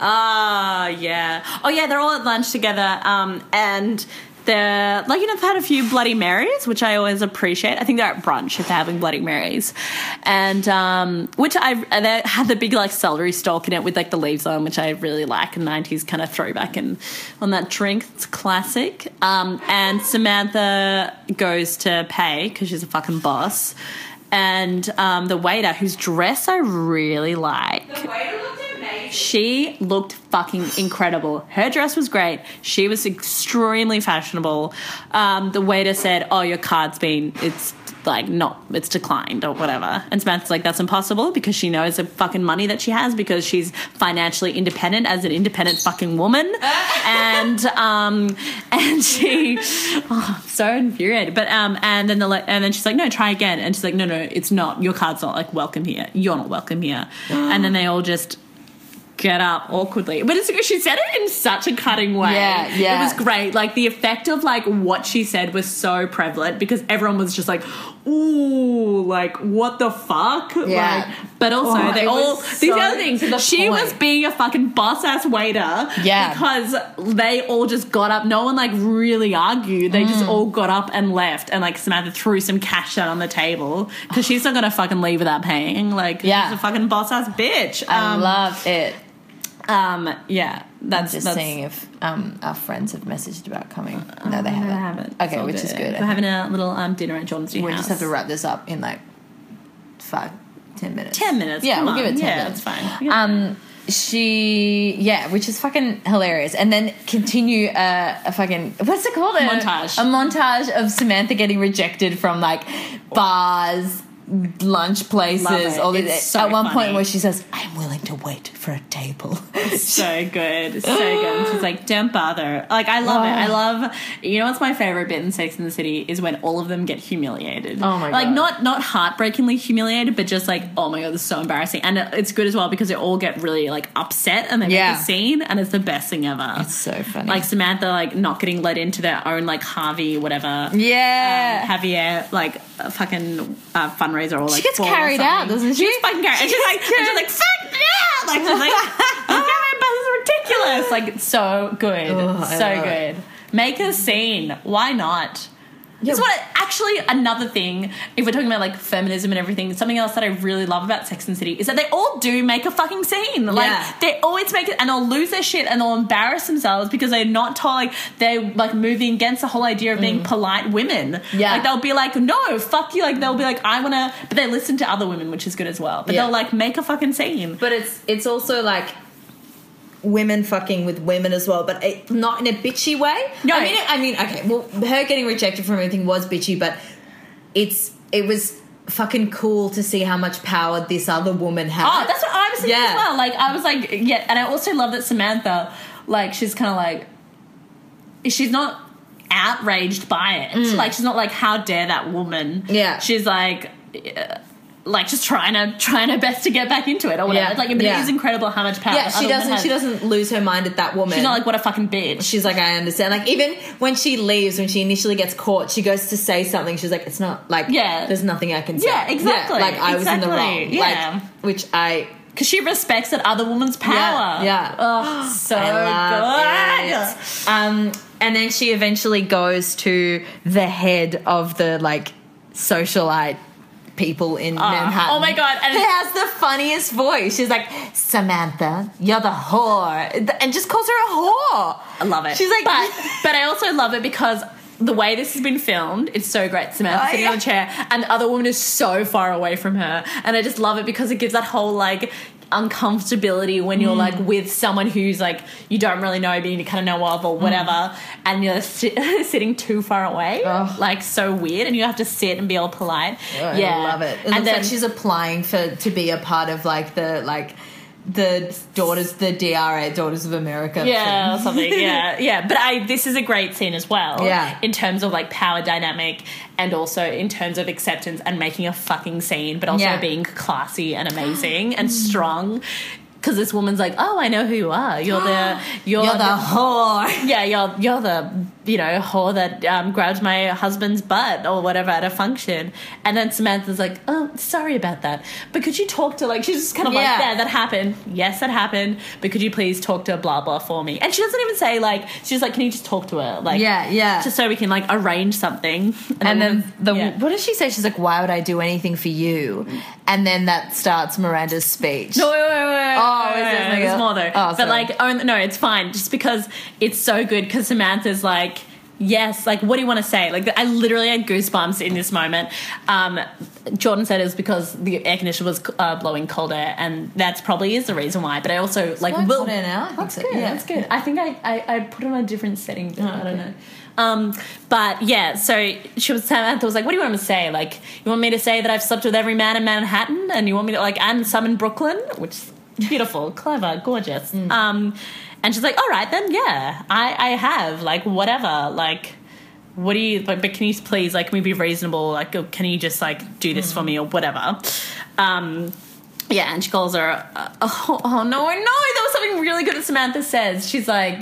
B: Ah, yeah. Oh, yeah, they're all at lunch together. Um, and they're, like, you know, they've had a few Bloody Marys, which I always appreciate. I think they're at brunch if they're having Bloody Marys. And, um, which I, and they had the big, like, celery stalk in it with, like, the leaves on, which I really like. A 90s kind of throwback and on that drink. It's classic. Um, and Samantha goes to pay because she's a fucking boss. And um, the waiter, whose dress I really like, she looked fucking incredible. Her dress was great. She was extremely fashionable. Um, the waiter said, "Oh, your card's been it's like not it's declined or whatever." And Samantha's like, "That's impossible because she knows the fucking money that she has because she's financially independent as an independent fucking woman." and um, and she, oh, I'm so infuriated. But um, and then the la- and then she's like, "No, try again." And she's like, "No, no, it's not. Your card's not like welcome here. You're not welcome here." and then they all just get up awkwardly. But it's, she said it in such a cutting way.
A: Yeah, yeah.
B: It was great. Like the effect of like what she said was so prevalent because everyone was just like, ooh, like what the fuck?
A: Yeah.
B: Like, but also
A: Oh,
B: they
A: it
B: all
A: was
B: these
A: so
B: other things.
A: to the
B: she
A: point.
B: was being a fucking boss ass waiter.
A: Yeah.
B: Because they all just got up. No one like really argued. They
A: Mm.
B: just all got up and left. And like Samantha threw some cash out on the table because she's not gonna fucking leave without paying. Like
A: Yeah.
B: she's a fucking boss ass bitch.
A: I
B: Um,
A: love it.
B: um, yeah, that's
A: Just
B: that's,
A: seeing if um, our friends have messaged about coming. Oh, No, they
B: I
A: haven't.
B: haven't.
A: Okay,
B: So
A: which
B: good.
A: is good. I
B: We're
A: think
B: having a little um, dinner at John's New
A: We
B: House.
A: just have to wrap this up in like five, ten minutes.
B: ten minutes.
A: Yeah,
B: come
A: we'll
B: on.
A: give it ten
B: yeah,
A: minutes.
B: That's fine. Yeah.
A: Um, she, yeah, which is fucking hilarious. And then continue uh, a, a fucking what's it called? A
B: Montage.
A: A montage of Samantha getting rejected from like bars, lunch
B: Love
A: places.
B: it.
A: All
B: It's
A: this.
B: so
A: At one point
B: funny.
A: where she says, "I'm willing to wait for a table."
B: so good, so good. And She's like, don't bother. Like, I love it. I love. You know what's my favorite bit in Sex and the City is when all of them get humiliated.
A: Oh my
B: Like
A: God.
B: not not heartbreakingly humiliated, but just like, oh my god, this is so embarrassing. And it- it's good as well because they all get really like upset and they
A: Yeah.
B: make a scene, and it's the best thing ever.
A: It's so funny.
B: like Samantha, like not getting let into their own like Harvey whatever.
A: yeah.
B: um, Javier like a fucking uh, fundraiser or like
A: she gets
B: ball or
A: carried out,
B: something.
A: doesn't she?
B: She gets fucking carried. And she's like, and she's like, fuck yeah! Like, she's like, I'm carried, but this is ridiculous. Like, it's so good,
A: Oh, I
B: so
A: love it.
B: good. Make a scene. Why not?
A: Yeah.
B: It's what actually another thing. If we're talking about like feminism and everything, something else that I really love about Sex and the City is that they all do make a fucking scene. Like
A: Yeah.
B: they always make it, and they'll lose their shit and they'll embarrass themselves because they're not told. Like they're like moving against the whole idea of being polite women.
A: Mm. Yeah.
B: like they'll be like, no, fuck you. Like they'll be like, I want to, but they listen to other women, which is good as well. But
A: Yeah.
B: they'll like make a fucking scene.
A: But it's it's also like women fucking with women as well, but it, not in a bitchy way.
B: No.
A: I mean, I mean, okay. Well, her getting rejected from everything was bitchy, but it's it was fucking cool to see how much power this other woman had.
B: Oh, that's what I was thinking
A: Yeah.
B: as well. Like I was like, yeah, and I also love that Samantha, like she's kind of like, she's not outraged by it. Like she's not like, how dare that woman?
A: Mm. Yeah.
B: she's like. eh, like just trying to trying her best to get back into it or whatever.
A: Yeah.
B: It's like, but
A: Yeah.
B: it is incredible how much power.
A: yeah, she
B: other women
A: doesn't. She
B: have.
A: doesn't lose her mind at that woman.
B: She's not like what a fucking bitch.
A: She's like, I understand. Like, even when she leaves, when she initially gets caught, she goes to say something. She's like, it's not like,
B: Yeah.
A: there's nothing I can say.
B: Yeah, exactly.
A: like I was in the
B: Exactly.
A: wrong.
B: Yeah.
A: Like, which I
B: Because she respects that other woman's power.
A: Yeah, yeah.
B: Oh, so
A: I
B: Oh,
A: love
B: good.
A: it. Um, and then she eventually goes to the head of the like socialite people in Manhattan.
B: oh my God, and-
A: who has the funniest voice? She's like, Samantha, you're the whore, and just calls her a whore.
B: I love it.
A: She's like,
B: but, but I also love it because the way this has been filmed, it's so great. Samantha
A: Oh,
B: sitting
A: yeah.
B: on a chair, and the other woman is so far away from her, and I just love it because it gives that whole like uncomfortability when
A: Mm.
B: you're like with someone who's like you don't really know, but you kind of know of
A: Mm.
B: or whatever, and you're si- sitting too far away,
A: Ugh.
B: like so weird, and you have to sit and be all polite.
A: Oh,
B: yeah,
A: I love it. It looks
B: and then
A: like she's applying for to be a part of like the like the daughters, the DRA Daughters of America.
B: yeah, or
A: thing.
B: something. Yeah, yeah. But I this is a great scene as well.
A: Yeah.
B: in terms of like power dynamic, and also in terms of acceptance and making a fucking scene, but also
A: Yeah.
B: being classy and amazing and strong. Because this woman's like, oh, I know who you are. You're the you're,
A: You're the whore.
B: yeah, you're you're the you know whore that um, grabbed my husband's butt or whatever at a function, and then Samantha's like, oh, sorry about that, but could you talk to like she's just kind of like,
A: Yeah.
B: yeah, that happened, yes, that happened, but could you please talk to blah blah for me? And she doesn't even say like she's like, can you just talk to her like
A: Yeah, yeah.
B: just so we can like arrange something,
A: and then
B: woman's-
A: the
B: yeah.
A: what does she say? She's like, "Why would I do anything for you?" And then that starts Miranda's speech.
B: No, wait, wait, wait, wait.
A: Oh,
B: wait,
A: is this
B: wait,
A: like
B: there's
A: a-
B: more though.
A: Oh,
B: but
A: sorry.
B: like, oh, no, it's fine. Just because it's so good, because Samantha's like, yes, like, what do you want to say? Like, I literally had goosebumps in this moment. Um, Jordan said it was because the air conditioner was uh, blowing colder, and that's probably is the reason why. But I also like
A: Can I
B: will
A: put it out?
B: That's
A: It's-
B: good.
A: yeah. Oh,
B: That's good. I think I, I, I put it on a different setting. But I don't
A: okay.
B: know. Um, but yeah, so she was Samantha was like, "What do you want me to say? Like, you want me to say that I've slept with every man in Manhattan, and you want me to like, and some in Brooklyn, which is beautiful, clever, gorgeous."
A: Mm.
B: Um, and she's like, "All right, then, yeah, I, I have like whatever, like." What do you like? But can you please like, can we be reasonable? Like, or can you just like do
A: Mm.
B: this for me or whatever? Um, yeah, and she calls her. Uh, oh, oh no, no! There was something really good that Samantha says. She's like,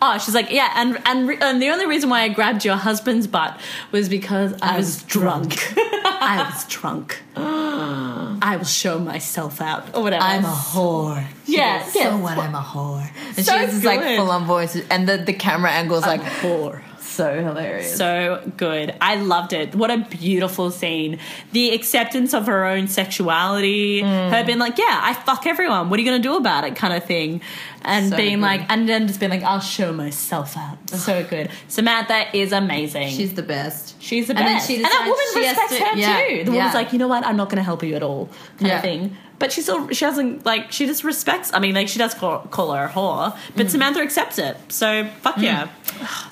B: oh, she's like, yeah, and and, re- and the only reason why I grabbed your husband's butt was because I, was, drunk. I was drunk. I will show myself out or whatever.
A: I'm a whore. She
B: Yeah,
A: goes,
B: yeah.
A: So what? I'm a whore. And
B: So
A: she has this like
B: good.
A: full on voice, and the, the camera angle is like
B: whore.
A: so hilarious.
B: So good. I loved it. What a beautiful scene. The acceptance of her own sexuality,
A: Mm.
B: her being like, yeah, I fuck everyone. What are you going to do about it? kind of thing. And
A: So
B: being
A: good.
B: like, and then just being like, I'll show myself out. So good. Samantha is amazing. She's,
A: She's the best.
B: the
A: and then
B: best.
A: she
B: and that
A: decides
B: woman
A: she has
B: respects
A: to-
B: her
A: yeah,
B: too. The
A: yeah.
B: woman's like, you know what? I'm not going to help you at all. Kind
A: Yeah.
B: of thing. But she still, she hasn't, like, she just respects, I mean, like, she does call, call her a whore,
A: Mm.
B: but Samantha accepts it. So, fuck yeah.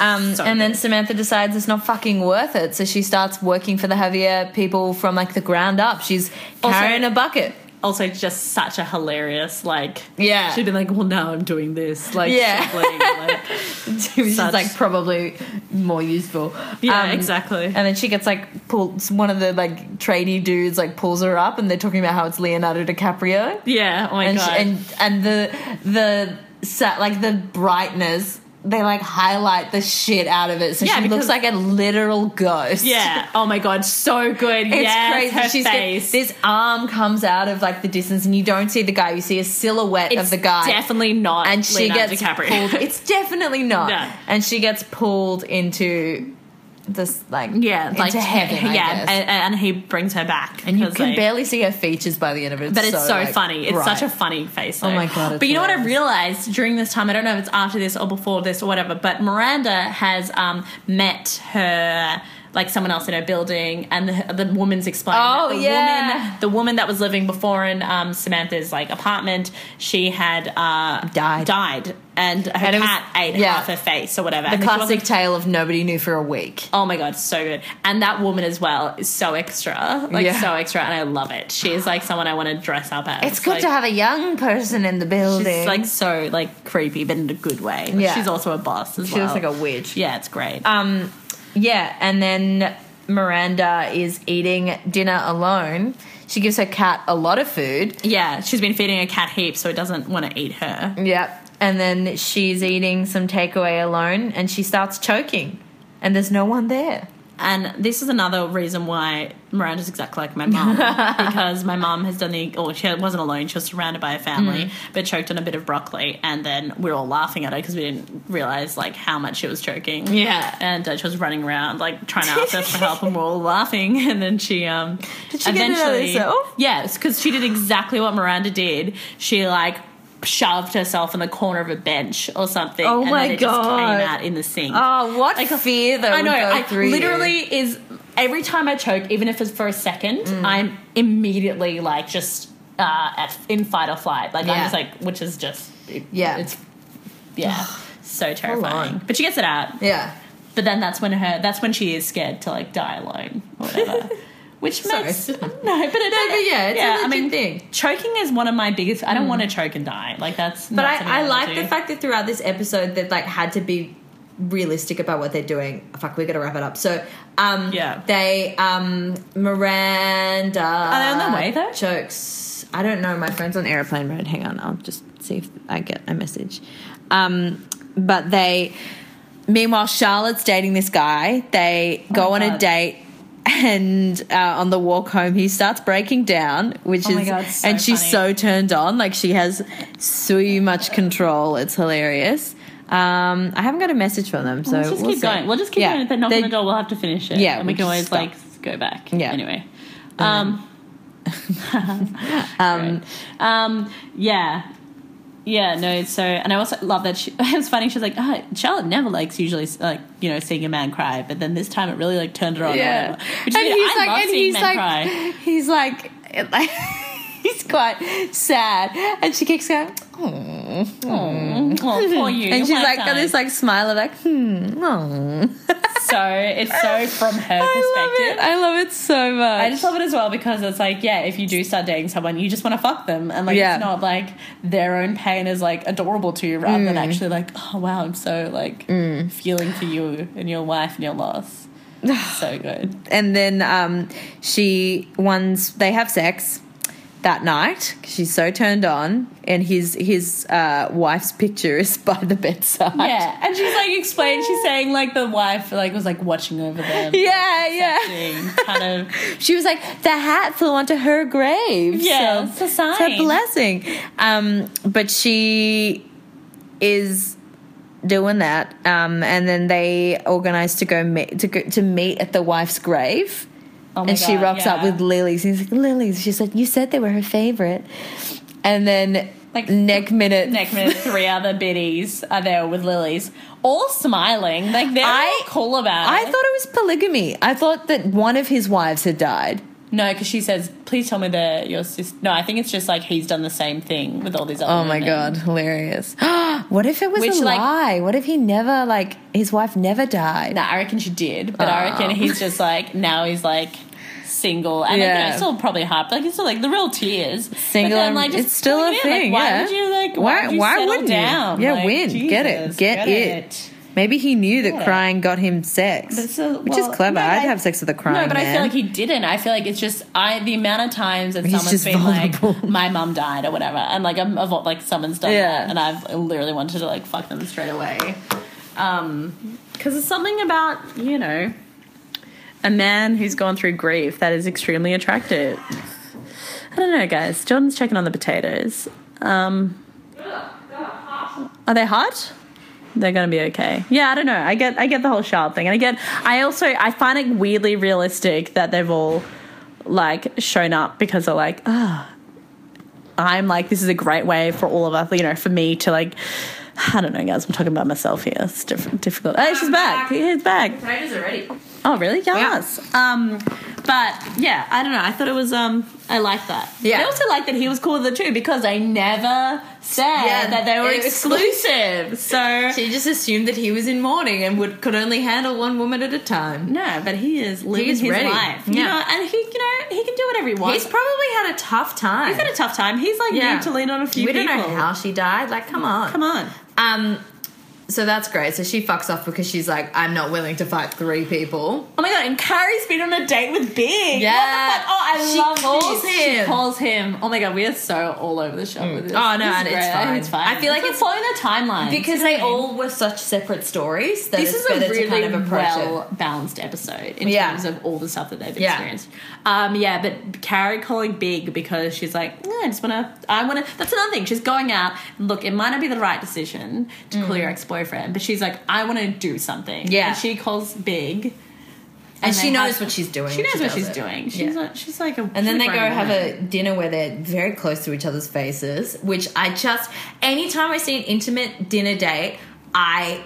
A: Um,
B: So
A: and then
B: good.
A: Samantha decides it's not fucking worth it, so she starts working for the Javier people from like the ground up. She's
B: Also-
A: carrying a bucket.
B: also just such a hilarious like
A: Yeah.
B: she'd been like well now i'm doing this like
A: Yeah.
B: shuffling, like,
A: She's
B: Such-
A: like probably more useful.
B: yeah
A: Um,
B: exactly
A: And then she gets like pulled. One of the like tradie dudes like pulls her up, and they're talking about how it's Leonardo DiCaprio.
B: yeah oh my
A: and she,
B: god
A: and and the the set like the brightness. They like highlight the shit out of it, so
B: Yeah,
A: she looks
B: because-
A: like a literal ghost.
B: yeah oh my god so good
A: It's
B: yes,
A: crazy.
B: her
A: She's got-
B: face
A: this arm comes out of like the distance, and you don't see the guy. You see a silhouette
B: it's
A: of the guy,
B: definitely not
A: and she
B: Leonardo
A: gets
B: DiCaprio.
A: pulled. It's definitely not.
B: No.
A: And she gets pulled into this like
B: yeah
A: into
B: like
A: heaven. I
B: yeah
A: guess.
B: And, and he brings her back
A: And you
B: because,
A: can
B: like,
A: barely see her features by the end of it.
B: But it's so,
A: like,
B: funny. It's such a
A: bright.
B: funny face.
A: Oh
B: though.
A: my God, it's
B: But you know what I
A: hilarious.
B: realized during this time? I don't know if it's after this or before this or whatever. But Miranda has um, met her. Like someone else in her building, and the, the woman's explaining.
A: Oh,
B: that the
A: yeah.
B: woman, the woman that was living before in um, Samantha's like apartment, she had uh,
A: Died.
B: died, and her
A: And it was-
B: cat ate
A: yeah.
B: half her face or whatever.
A: The
B: And she wasn't
A: classic tale of nobody knew for a week.
B: Oh my god, so good. And that woman as well is so extra. Like
A: Yeah.
B: so extra and I love it. She is like someone I want to dress up as.
A: It's good
B: like,
A: to have a young person in the building.
B: She's like so like creepy but in a good way. Like,
A: Yeah.
B: She's also a boss as
A: she
B: well. Um,
A: looks like a witch.
B: Yeah, it's great.
A: Um, yeah, and then Miranda is eating dinner alone, she gives her cat a lot of food.
B: Yeah, she's been feeding a cat heaps, so it doesn't want to eat her.
A: Yep. And then she's eating some takeaway alone and she starts choking. And there's no one there.
B: And this is another reason why Miranda's exactly like my mum because my mum has done the, or she wasn't alone, she was surrounded by her
A: Mm.
B: family, but choked on a bit of broccoli. And then we were all laughing at her because we didn't realize like how much she was choking.
A: Yeah.
B: And uh, she was running around like trying to ask us for help, and we're all laughing. And then she, um,
A: Did she get it out herself?
B: Yes, because she did exactly what Miranda did. She like shoved herself in the corner of a bench or something.
A: Oh
B: and
A: my
B: then it just
A: God.
B: came out in the sink.
A: Oh, what
B: Like,
A: fear though.
B: I know.
A: would go
B: I
A: through you.
B: literally is every time I choke, even if it's for a second,
A: Mm.
B: I'm immediately like just uh, at, in fight or flight. Like I'm
A: Yeah.
B: just like, which is just it-
A: Yeah.
B: it's yeah, so terrifying.
A: on.
B: But she gets it out.
A: Yeah.
B: But then that's when her that's when she is scared to like die alone or whatever. Which
A: Sorry.
B: makes no, but it, no, but
A: yeah, it's a
B: I
A: legit
B: mean,
A: thing. Mm.
B: Choking is one of my biggest. I don't want to choke and die. Like that's.
A: But
B: not something
A: I, I
B: wanna
A: like the
B: do.
A: fact that throughout this episode they've like had to be realistic about what they're doing. Fuck, we gotta wrap it up. So um
B: Yeah.
A: they um Miranda
B: Are they on their way, though?
A: Jokes. I don't know, my phone's on airplane mode. Hang on, I'll just see if I get a message. Um but they meanwhile Charlotte's dating this guy. They go
B: Oh my
A: on a
B: God.
A: date and uh, on the walk home he starts breaking down, which
B: Oh my
A: is
B: God, so
A: and she's so
B: funny.
A: turned on. Like she has so much control. It's hilarious. Um, I haven't got a message from them, so
B: Let's just
A: we'll
B: keep
A: see.
B: going. We'll just keep
A: Yeah.
B: going. If they knock
A: They-
B: on the door, we'll have to finish it.
A: Yeah,
B: and we
A: we'll
B: can
A: just
B: always
A: stop.
B: like go back.
A: Yeah.
B: Anyway. Um. um. um. Yeah. Yeah. No. So, and I also love that she. It was funny. She's like, oh, Charlotte never likes usually like you know seeing a man cry, but then this time it really like turned her on. or
A: Yeah,
B: whatever. Which is weird. I love seeing men cry.
A: he's like, he's like, he's quite sad, and she keeps going. Oh,
B: Well, for you.
A: and
B: you're
A: she's
B: my
A: like got
B: kind.
A: this like smile of like, hmm, oh.
B: so it's so from her
A: I love
B: perspective.
A: it. I love it so much.
B: I just love it as well because it's like, yeah, if you do start dating someone, you just want to fuck them, and like
A: Yeah.
B: it's not like their own pain is like adorable to you, rather
A: Mm.
B: than actually like, oh wow, I'm so like feeling for you and your wife and your loss. so good.
A: and then um, she one's they have sex that night. 'cause She's so turned on, and his his uh, wife's picture is by the bedside.
B: Yeah, and she's like explained. She's saying like the wife like was like watching over them.
A: yeah, yeah.
B: being Kind of
A: She was like, the hat flew onto her grave.
B: Yeah,
A: so
B: it's a sign.
A: It's a blessing. Um, but she is doing that, um, and then they organize to go meet to go, to meet at the wife's grave.
B: oh my
A: and she
B: God,
A: rocks up
B: yeah.
A: with lilies. He's like, lilies. She said, you said they were her favorite. And then, like,
B: Like-
A: neck minute.
B: Next minute, three other biddies are there with lilies, all smiling. Like they're
A: I-
B: all cool about
A: I
B: it.
A: thought it was polygamy. I thought that one of his wives had died.
B: No, because she says, "Please tell me that your sister." No, I think it's just like he's done the same thing with all these other.
A: Oh my
B: women.
A: god, hilarious! what if it was
B: Which,
A: a
B: like-
A: lie? What if he never, like, his wife never died?
B: No, I reckon she did, but I reckon
A: Oh.
B: he's just like now he's like single and like, you
A: Yeah.
B: know, still probably hot, but like it's still like the real tears. But
A: Single
B: then,
A: and-
B: like, just
A: it's still
B: pulling
A: a
B: it in, like,
A: thing,
B: why
A: yeah.
B: would you like? Why?
A: Why-
B: would you
A: why
B: settle
A: wouldn't you?
B: down?
A: Yeah,
B: Like,
A: win. Get it.
B: Jesus,
A: Get it. Maybe he knew that
B: Yeah.
A: crying got him sex,
B: But so-
A: which
B: well,
A: is clever.
B: no,
A: I'd
B: I-
A: have sex with a crying
B: No, but I
A: man.
B: feel like he didn't. I feel like it's just I the amount of times that
A: He's
B: someone's
A: just
B: been like,
A: vulnerable.
B: "My mum died" or whatever, and like I'm of like someone's done
A: Yeah.
B: that, and I've literally wanted to like fuck them straight away, Um 'cause because it's something about you know a man who's gone through grief that is extremely attractive. I don't know, guys. Jordan's checking on the potatoes. Um, are they hot? They're gonna be okay. Yeah, I don't know. I get I get the whole shard thing, and again, I also I find it weirdly realistic that they've all like shown up because they're like, ah, I'm like this is a great way for all of us, you know, for me to like. I don't know, guys. I'm talking about myself here. It's diff- difficult. Hey, she's back. She's back.
A: potatoes already.
B: Oh, really? Yes. Um, but yeah, I don't know. I thought it was. Um, I like that.
A: Yeah.
B: I also like that he was cool with it too because they never said
A: Yeah,
B: that they were
A: it was-
B: exclusive. So
A: She just assumed that he was in mourning and would could only handle one woman at a time.
B: no, but he is living
A: is
B: his
A: ready.
B: life. You
A: Yeah.
B: know, and he, you know, he can do whatever he wants.
A: He's probably had a tough time.
B: He's had a tough time. He's like
A: Yeah.
B: need to lean on a few.
A: we don't
B: people.
A: know how she died. Like, come on.
B: Come on.
A: Um, So that's great. So she fucks off because she's like, I'm not willing to fight three people.
B: Oh my god, and Carrie's been on a date with Big.
A: Yeah.
B: What the fuck? Oh, I
A: She
B: love
A: calls
B: this.
A: him.
B: She calls him. Mm. Oh my god, we are so all over the shop with this.
A: Oh, no,
B: This is
A: and it's
B: great.
A: fine.
B: It's fine.
A: I feel like
B: it's following the timeline.
A: Because they all were such separate stories that
B: this
A: it's
B: is a
A: better
B: really
A: to kind of approach it.
B: well balanced episode in
A: Yeah.
B: terms of all the stuff that they've
A: Yeah.
B: experienced. Um, yeah, but Carrie calling Big because she's like, "Yeah, I just want to. I want to. That's another thing. She's going out. Look, it might not be the right decision to call your ex boyfriend, but she's like, I want to do something.
A: Mm. Yeah.
B: and she calls Big,
A: And, she
B: they
A: knows
B: have-
A: what she's doing.
B: She knows
A: when
B: what
A: does
B: she's
A: it.
B: doing. She's
A: Yeah.
B: like, she's like a.
A: And then they go have a dinner where they're very close to each other's faces, which I just, anytime I see an intimate dinner date, I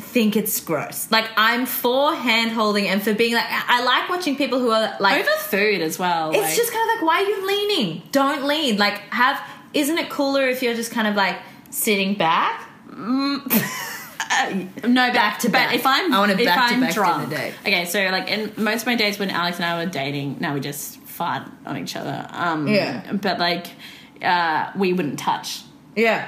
A: think it's gross. Like, I'm for hand holding and for being like, I I like watching people who are like,
B: over food as well.
A: it's
B: like-
A: just kind of like, why are you leaning? Don't lean. Like, have, isn't it cooler if you're just kind of like sitting back?
B: No, but,
A: Uh, Back to
B: but
A: back.
B: If I'm,
A: I want a
B: if
A: back to
B: I'm
A: back
B: drunk,
A: dinner date.
B: okay. So like, in most of my days when Alex and I were dating, now we just fart on each other. Um,
A: Yeah.
B: But like, uh, we wouldn't touch.
A: Yeah.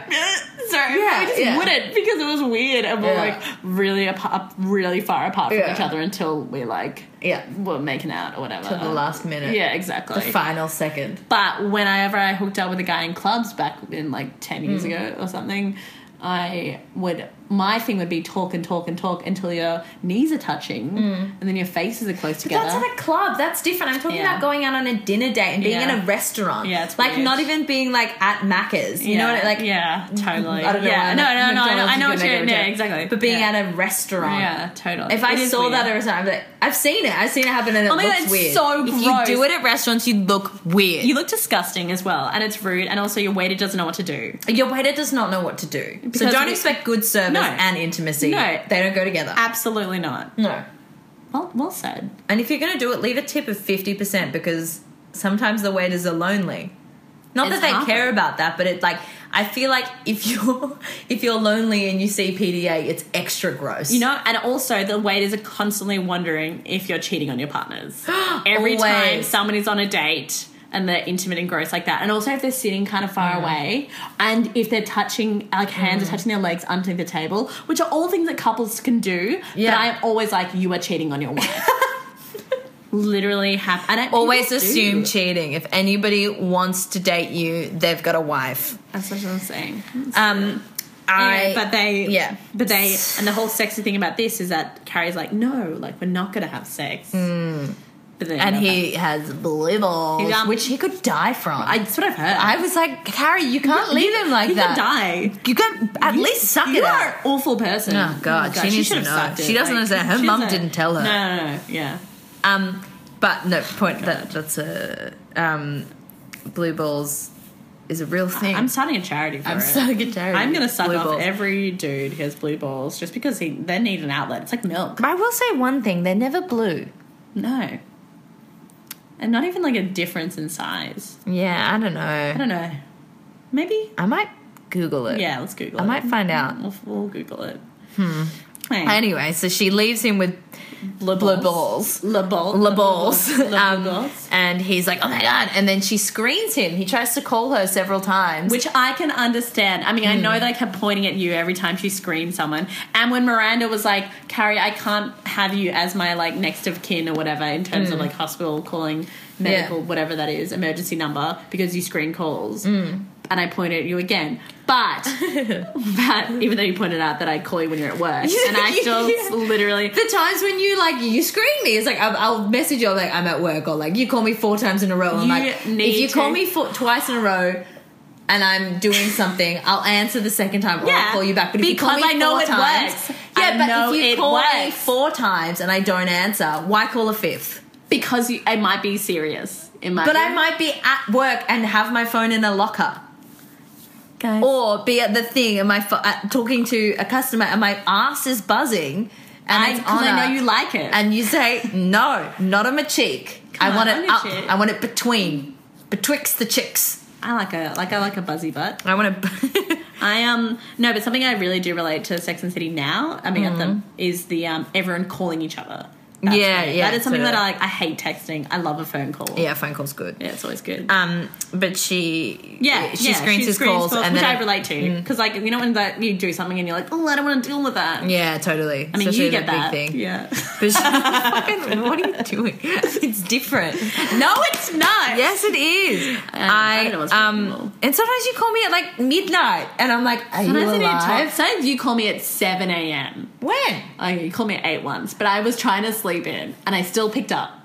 B: Sorry,
A: Yeah,
B: we just
A: yeah.
B: wouldn't because it was weird, and we're
A: Yeah.
B: like really apart, really far apart from
A: Yeah.
B: each other until we like
A: Yeah.
B: were making out or whatever.
A: Till the last minute.
B: Yeah, exactly.
A: The final second.
B: But whenever I hooked up with a guy in clubs back in like 10 years
A: Hmm.
B: ago or something, I would, my thing would be talk and talk and talk until your knees are touching and then your faces are close together.
A: Hmm. That's at a club. That's different. I'm talking
B: Yeah.
A: about going out on a dinner date and being
B: Yeah.
A: in a restaurant.
B: Yeah, it's
A: like
B: weird.
A: not even being like at Macca's. You
B: yeah.
A: know what I like?
B: Yeah, totally.
A: I don't know
B: Yeah,
A: why,
B: no,
A: like,
B: no, no, I know, I know
A: McDonald's,
B: what
A: you
B: you're,
A: can make
B: yeah,
A: it a joke.
B: exactly.
A: But being
B: yeah.
A: at a restaurant.
B: Yeah, totally.
A: If I
B: It is
A: saw that at
B: weird.
A: a restaurant, I'd be like, I've seen it. I've seen it happen, and it
B: Oh my God,
A: looks
B: it's
A: weird.
B: so
A: If you do
B: gross.
A: it at restaurants, you look weird.
B: you look disgusting as well, and it's rude, and also your waiter doesn't know what to do.
A: Your waiter does not know what to do. so
B: Because
A: don't
B: we-
A: expect good service
B: No.
A: and intimacy.
B: No.
A: they don't go together.
B: Absolutely not.
A: no.
B: Well, well said.
A: And if you're going to do it, leave a tip of 50% because sometimes the waiters are lonely. Not
B: It's
A: that they
B: harder.
A: care about that, but it like I feel like if you're if you're lonely and you see PDA, it's extra gross.
B: You know, and also the waiters are constantly wondering if you're cheating on your partners. Every time
A: Always.
B: someone is on a date and they're intimate and gross like that, and also if they're sitting kind of far away, and if they're touching, like hands
A: Mm.
B: are touching their legs under the table, which are all things that couples can do.
A: Yeah.
B: But I'm always like, you are cheating on your wife. Literally happen. And I
A: always
B: people do.
A: assume cheating. If anybody wants to date you, they've got a wife.
B: That's what I'm saying.
A: Um, I
B: Anyway, but they
A: yeah.
B: but they and the whole sexy thing about this is that Carrie's like no like we're not gonna have sex but then
A: Hmm. and he has blue balls,
B: He's, um,
A: which he could die from.
B: I,
A: I,
B: that's what I've heard
A: I was like, Harry, you can't leave him like
B: he
A: that.
B: could die
A: You can at least suck it
B: you
A: out.
B: are an awful person
A: Oh, God, she needs to
B: should have
A: know.
B: sucked
A: She
B: it,
A: doesn't understand. Her
B: she
A: mum
B: doesn't-
A: didn't tell her.
B: no no no yeah
A: Um, but no point. That that's a um, blue balls is a real thing.
B: I'm starting a charity for
A: I'm
B: it
A: starting a charity.
B: I'm gonna suck
A: Blue
B: off
A: balls.
B: every dude who has blue balls just because he they need an outlet it's like milk
A: I will say one thing: they're never blue.
B: no and not even like a difference in size
A: Yeah, I don't know. I,
B: I don't know maybe
A: might Google it.
B: yeah let's Google
A: I
B: it
A: might find out.
B: We'll, we'll Google it. Hmm.
A: Anyway, so she leaves him with blue balls.
B: Le balls.
A: La balls. Um,
B: balls.
A: and he's like, oh my god. And then she screams him. He tries to call her several times.
B: Which I can understand. I mean, I
A: Hmm.
B: know that I kept pointing at you every time she screamed someone. And when Miranda was like, Carrie, I can't have you as my like next of kin or whatever in terms of like hospital calling medical,
A: Hmm. Yeah.
B: whatever that is, emergency number, because you screen calls.
A: Hmm.
B: And I pointed at you again. But, but even though you pointed out that I call you when you're at work, and I still
A: Yeah.
B: literally
A: the times when you like you scream me, it's like I'll, I'll message you like I'm at work or like you call me four times in a row. I'm
B: You
A: like
B: need
A: if you call
B: to-
A: me four, twice in a row and I'm doing something, I'll answer the second time or I'll
B: Yeah,
A: call you back. But if
B: because
A: you call me
B: I know
A: four
B: it
A: times,
B: works.
A: yeah,
B: I
A: but
B: know
A: if you
B: it
A: call me
B: works.
A: four times and I don't answer, why call a fifth?
B: because you, I might be serious. It might
A: But
B: be.
A: I might be at work and have my phone in a locker.
B: Guys.
A: or be at the thing and my pho- uh, talking to a customer and my ass is buzzing and
B: I,
A: it's
B: 'cause I
A: on
B: know
A: a-
B: you like it.
A: and you say no not on my cheek
B: Come
A: i
B: on,
A: want
B: on
A: it
B: your
A: up
B: cheek."
A: i want it between betwixt the chicks
B: I like a like I like a buzzy butt.
A: i want to
B: I um no, but something I really do relate to Sex and the City now. I mean, at the, is the um everyone calling each other. That's
A: Mm-hmm. Yeah,
B: me.
A: yeah,
B: That is something
A: so-
B: that I like. I hate texting. I love a phone call.
A: Yeah, phone call's good.
B: Yeah, it's always good.
A: Um, but she
B: yeah,
A: she
B: yeah,
A: screens his calls, and
B: which
A: then mm.
B: I relate to because, like, you know, when that you do something and you're like, oh, I don't want to deal with that.
A: yeah, totally.
B: I mean,
A: Especially
B: you get
A: the big
B: that.
A: thing.
B: Yeah,
A: But she, fucking- what are you doing? It's different.
B: no, it's not.
A: Yes, it is.
B: I
A: I,
B: don't know what's going
A: um,
B: on.
A: and sometimes you call me at like midnight, and I'm like, are you
B: Sometimes I need to talk.
A: alive?
B: Sometimes you call me at seven a.m.
A: When?
B: Okay, you called me at eight once, but I was trying to sleep in, and I still picked up.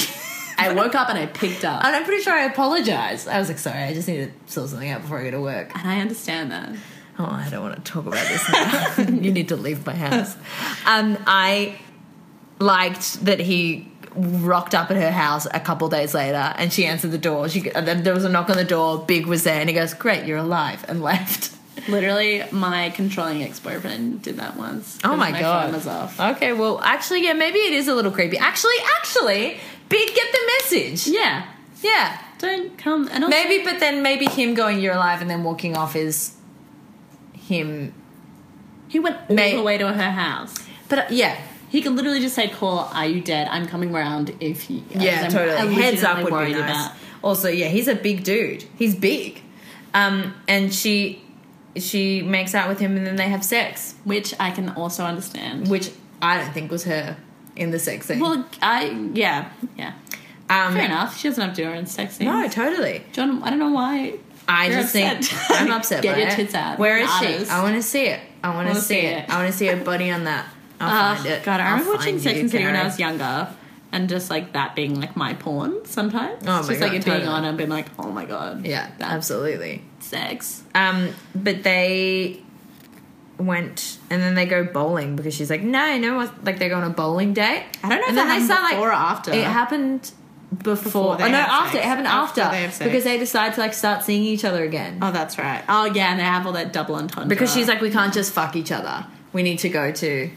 B: I woke up and I picked up,
A: And I'm pretty sure I apologized. I was like, sorry, I just need to sort something out before I go to work.
B: and I understand that.
A: Oh, I don't want to talk about this now. you need to leave my house. Um, I liked that he rocked up at her house a couple days later and she answered the door. She, and then there was a knock on the door, Big was there, and he goes, Great, you're alive, and left.
B: Literally, my controlling ex-boyfriend did that once.
A: Oh
B: 'cause
A: my, god.
B: phone was off.
A: Okay, well, actually, yeah, maybe it is a little creepy. Actually, actually, Big, get the message.
B: Yeah,
A: Yeah.
B: don't come. And also,
A: Maybe, but then maybe him going, You're alive, and then walking off is him.
B: he went all
A: May-
B: the way to her house.
A: But uh, yeah,
B: He could literally just say, "Call, are you dead? I'm coming round if you."
A: Yeah,
B: I'm-
A: totally.
B: I'm
A: Heads up would
B: legitimately
A: be
B: worried
A: nice.
B: about-
A: Also, yeah, he's a big dude. He's big, um, and she she makes out with him, and then they have sex,
B: which I can also understand.
A: which I don't think was her in the sex scene.
B: Well, I yeah yeah.
A: um,
B: Fair enough. She doesn't have to do her own sex scenes.
A: No, totally.
B: John, I don't know why.
A: I
B: You're
A: just
B: upset.
A: think I'm upset.
B: Get
A: by
B: your
A: it.
B: tits out.
A: Where is
B: Others.
A: she? I want to see it. I want to see, it. I want to see her body on that. I'll
B: Ugh,
A: find it.
B: Uh, God, I
A: I'll
B: remember watching
A: find
B: Sex
A: you,
B: and City when I
A: Karen.
B: was younger, and just like that being like my porn sometimes.
A: Oh
B: It's
A: my
B: just
A: God,
B: like it
A: totally.
B: being on and being like, oh my god,
A: Yeah,
B: that's
A: absolutely.
B: sex.
A: Um, but they went and then they go bowling because she's like, no, no, what- like they go on a bowling date.
B: I don't know
A: And
B: if
A: then
B: that happened
A: sound
B: before or after.
A: It happened before.
B: Before they
A: oh, no,
B: have
A: after
B: sex.
A: it happened after,
B: After they have sex.
A: because they decide to like start seeing each other again
B: Oh, that's right. Oh yeah, and they have all that double entendre
A: because she's like, we can't just fuck each other. We need to go to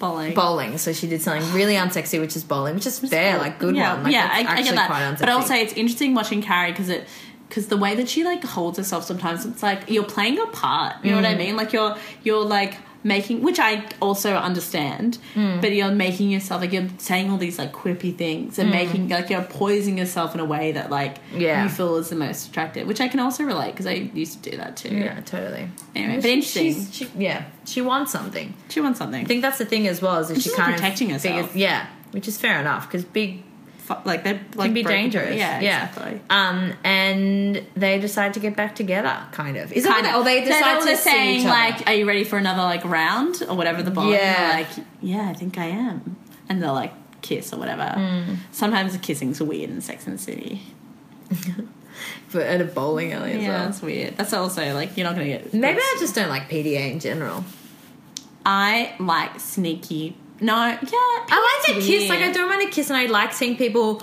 B: bowling.
A: bowling. So she did something really unsexy, which is bowling, which is fair, like good
B: yeah,
A: one. Like,
B: yeah,
A: it's
B: I, I
A: actually
B: get
A: quite
B: that.
A: unsexy.
B: But also, it's interesting watching Carrie because it because the way that she like holds herself sometimes, it's like you're playing a part. You know
A: Mm.
B: what I mean? Like you're you're like making, which I also understand.
A: Mm.
B: But you're making yourself like you're saying all these like quippy things and making like you're poising yourself in a way that like
A: Mm. Yeah.
B: you feel is the most attractive, which I can also relate because I used to do that too.
A: yeah, totally.
B: Anyway,
A: Well,
B: but
A: she-
B: interesting.
A: she's- she- yeah, she wants something.
B: She wants something.
A: I think that's the thing as well is that she
B: she's not
A: kind
B: protecting
A: of
B: herself.
A: figures- yeah, which is fair enough because big
B: Fu- like they're like
A: can be
B: broken-
A: dangerous.
B: Yeah, exactly.
A: Um, and they decide to get back together, kind of. Is
B: kind
A: it?
B: of.
A: Or they
B: They're
A: decide
B: all
A: to
B: just
A: see
B: saying
A: each other.
B: like, "Are you ready for another like round or whatever the bond?"
A: Yeah.
B: Yeah. Like, yeah, I think I am. And they'll like kiss or whatever.
A: Hmm.
B: Sometimes the kissing's weird in Sex and the City.
A: for, at a bowling alley. as
B: Yeah,
A: well.
B: that's weird. That's also like you're not gonna get.
A: Maybe I just don't like PDA in general.
B: I like sneaky. No, yeah,
A: I like to
B: it's
A: kiss.
B: weird.
A: Like I don't want to kiss, and I like seeing people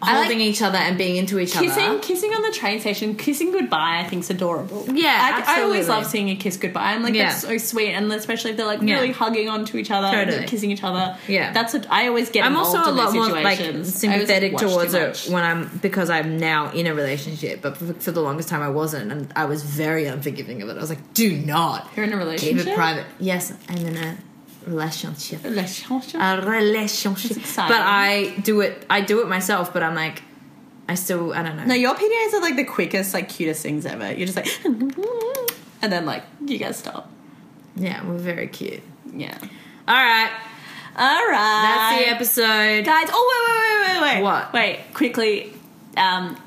B: I like-
A: holding each other and being into each
B: Kissing,
A: other.
B: kissing on the train station, kissing goodbye, I think's adorable.
A: Yeah,
B: I, I always
A: absolutely.
B: love seeing a kiss goodbye. I'm like,
A: Yeah.
B: that's so sweet, and especially if they're like
A: Yeah.
B: really hugging onto each other, and
A: Totally.
B: kissing each other.
A: Yeah.
B: that's what I always get.
A: I'm also
B: involved
A: a
B: in
A: lot
B: those
A: more like
B: situations. I always
A: sympathetic
B: watch too
A: towards it
B: much.
A: when I'm because I'm now in a relationship. But for, for the longest time, I wasn't, and I was very unforgiving of it. I was like, "Do not
B: You're in a
A: keep
B: relationship.
A: it private." Yes, I'm in a relationship.
B: Relationship?
A: a relationship.
B: That's exciting.
A: But I do it. I do it myself. But I'm like, I still. I don't know.
B: no, your PDAs are like the quickest, like cutest things ever. You're just like, and then like you guys stop.
A: Yeah, we're very cute.
B: Yeah.
A: All right,
B: All
A: that's
B: right.
A: the episode.
B: guys. Oh wait, wait, wait, wait, wait.
A: What?
B: Wait, quickly. Um,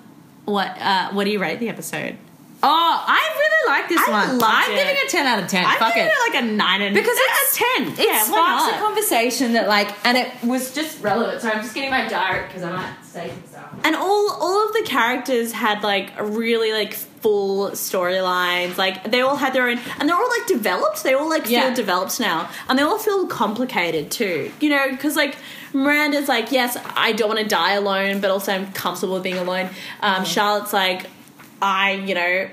B: what? Uh, what do you rate the episode?
A: Oh, I really like this
B: I
A: one.
B: loved
A: I'm
B: it.
A: giving it ten out of ten.
B: I'm
A: Fuck
B: giving
A: it.
B: it like a nine and
A: Because
B: Eh,
A: it's-
B: a ten.
A: It
B: yeah,
A: sparks
B: why
A: a
B: not?
A: conversation that like, and it was just relevant. So I'm just getting my diary because I might say some stuff.
B: and all all of the characters had like a really like full storylines. Like they all had their own, and they're all like developed. They all like
A: Yeah.
B: feel developed now, and they all feel complicated too. You know, because like Miranda's like, yes, I don't want to die alone, but also I'm comfortable with being alone.
A: Mm-hmm.
B: Um, Charlotte's like, I you know.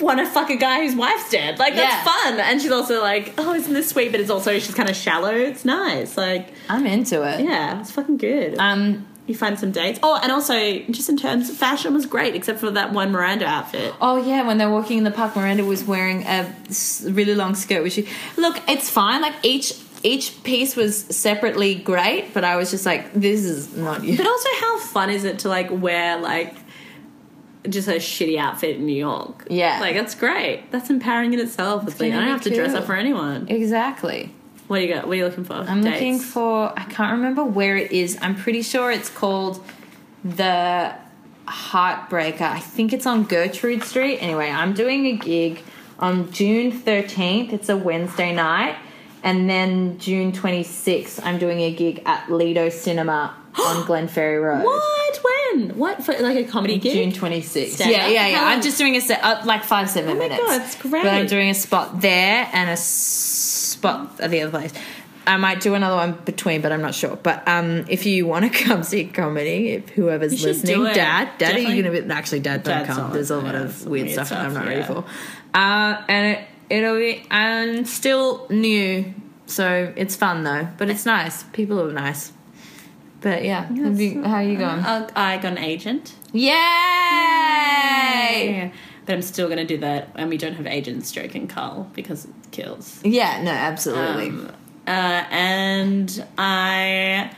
B: Want to fuck a guy whose wife's dead? Like
A: Yeah.
B: that's fun, and she's also like, oh, isn't this sweet? But it's also she's kind of shallow. It's nice, like
A: I'm into it.
B: yeah, it's fucking good
A: Um.
B: you find some dates. Oh, and also just in terms fashion was great, except for that one Miranda outfit.
A: Oh yeah, when they're walking in the park, Miranda was wearing a s- really long skirt. Which she look, it's fine. Like each each piece was separately great, but I was just like, this is not you.
B: But also, how fun is it to like wear like just a shitty outfit in New York?
A: Yeah.
B: like that's great. That's empowering in itself. It's like I
A: gonna
B: don't
A: be
B: have to dress
A: cool.
B: up for anyone.
A: Exactly.
B: What do you got? What are you looking for?
A: I'm looking for. I can't remember where it is. I'm pretty sure it's called the Heartbreaker. I think it's on Gertrude Street. Anyway, I'm doing a gig on June 13th. It's a Wednesday night, and then June 26th, I'm doing a gig at Lido Cinema on Glen Ferry Road.
B: What? When? What for? Like a comedy gig?
A: June 26th.
B: Stand
A: yeah,
B: up?
A: yeah, yeah.
B: How
A: I'm
B: long?
A: just doing a set up like five, seven
B: my
A: minutes.
B: God, it's great.
A: But I'm doing a spot there and a s- spot at the other place. I might do another one between, but I'm not sure. But um, if you want to come see comedy, if whoever's
B: You should
A: listening,
B: do it.
A: Dad, Dad, are
B: Definitely.
A: you gonna be actually Dad? Don't
B: Dad's
A: come.
B: not.
A: There's a lot
B: Yeah,
A: of
B: some
A: weird
B: weird
A: stuff, that
B: stuff,
A: I'm not
B: yeah.
A: ready for. Uh, and it, it'll be and still new, so it's fun though. But it's nice. People are nice. But yeah, have you- how are you going?
B: Uh, I got an agent.
A: Yay!
B: Yeah. But I'm still going to do that, and we don't have agents stroking Carl because it kills.
A: Yeah, no, absolutely.
B: Um, uh, and I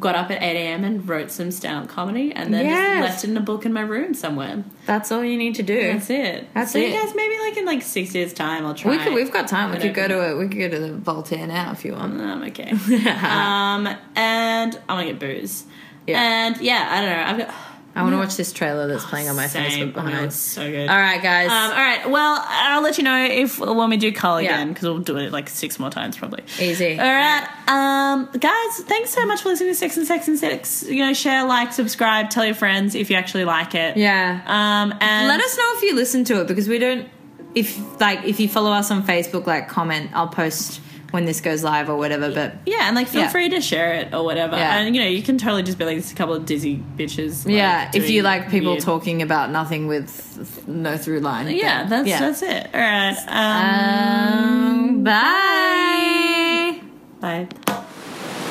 B: got up at 8 a.m. and wrote some stand-up comedy, and then
A: Yes.
B: just left it in a book in my room somewhere.
A: That's all you need to do.
B: That's it.
A: That's
B: so
A: it.
B: you guys, maybe like in like six years' time, I'll try.
A: we could, we've got time. We
B: and
A: could go
B: open
A: to a, we could go to the Voltaire now if you want.
B: Um, okay. um, and I want to get booze.
A: Yeah.
B: And yeah, I don't know. I've got
A: I want to watch this trailer that's playing on my
B: Um, same.
A: Facebook
B: Oh my God, it's
A: behind.
B: so good.
A: All right, guys.
B: Um, all right. Well, I'll let you know if when we do call
A: Yeah.
B: again because we'll do it like six more times probably.
A: Easy.
B: All right, um, guys. Thanks so much for listening to Sex and Sex and Sex. You know, share, like, subscribe, tell your friends if you actually like it.
A: yeah.
B: Um, and
A: Let us know if you listen to it because we don't. If like if you follow us on Facebook, like comment. I'll post when this goes live or whatever. But
B: Yeah, and like feel
A: Yeah.
B: free to share it or whatever.
A: Yeah.
B: And you know, you can totally just be like, "This a couple of dizzy bitches." like,
A: yeah, if you
B: doing
A: like people
B: weird-
A: talking about nothing with no through line.
B: Yeah,
A: then-
B: that's
A: yeah. Uh,
B: that's it. All right. Um,
A: Um, bye.
B: bye.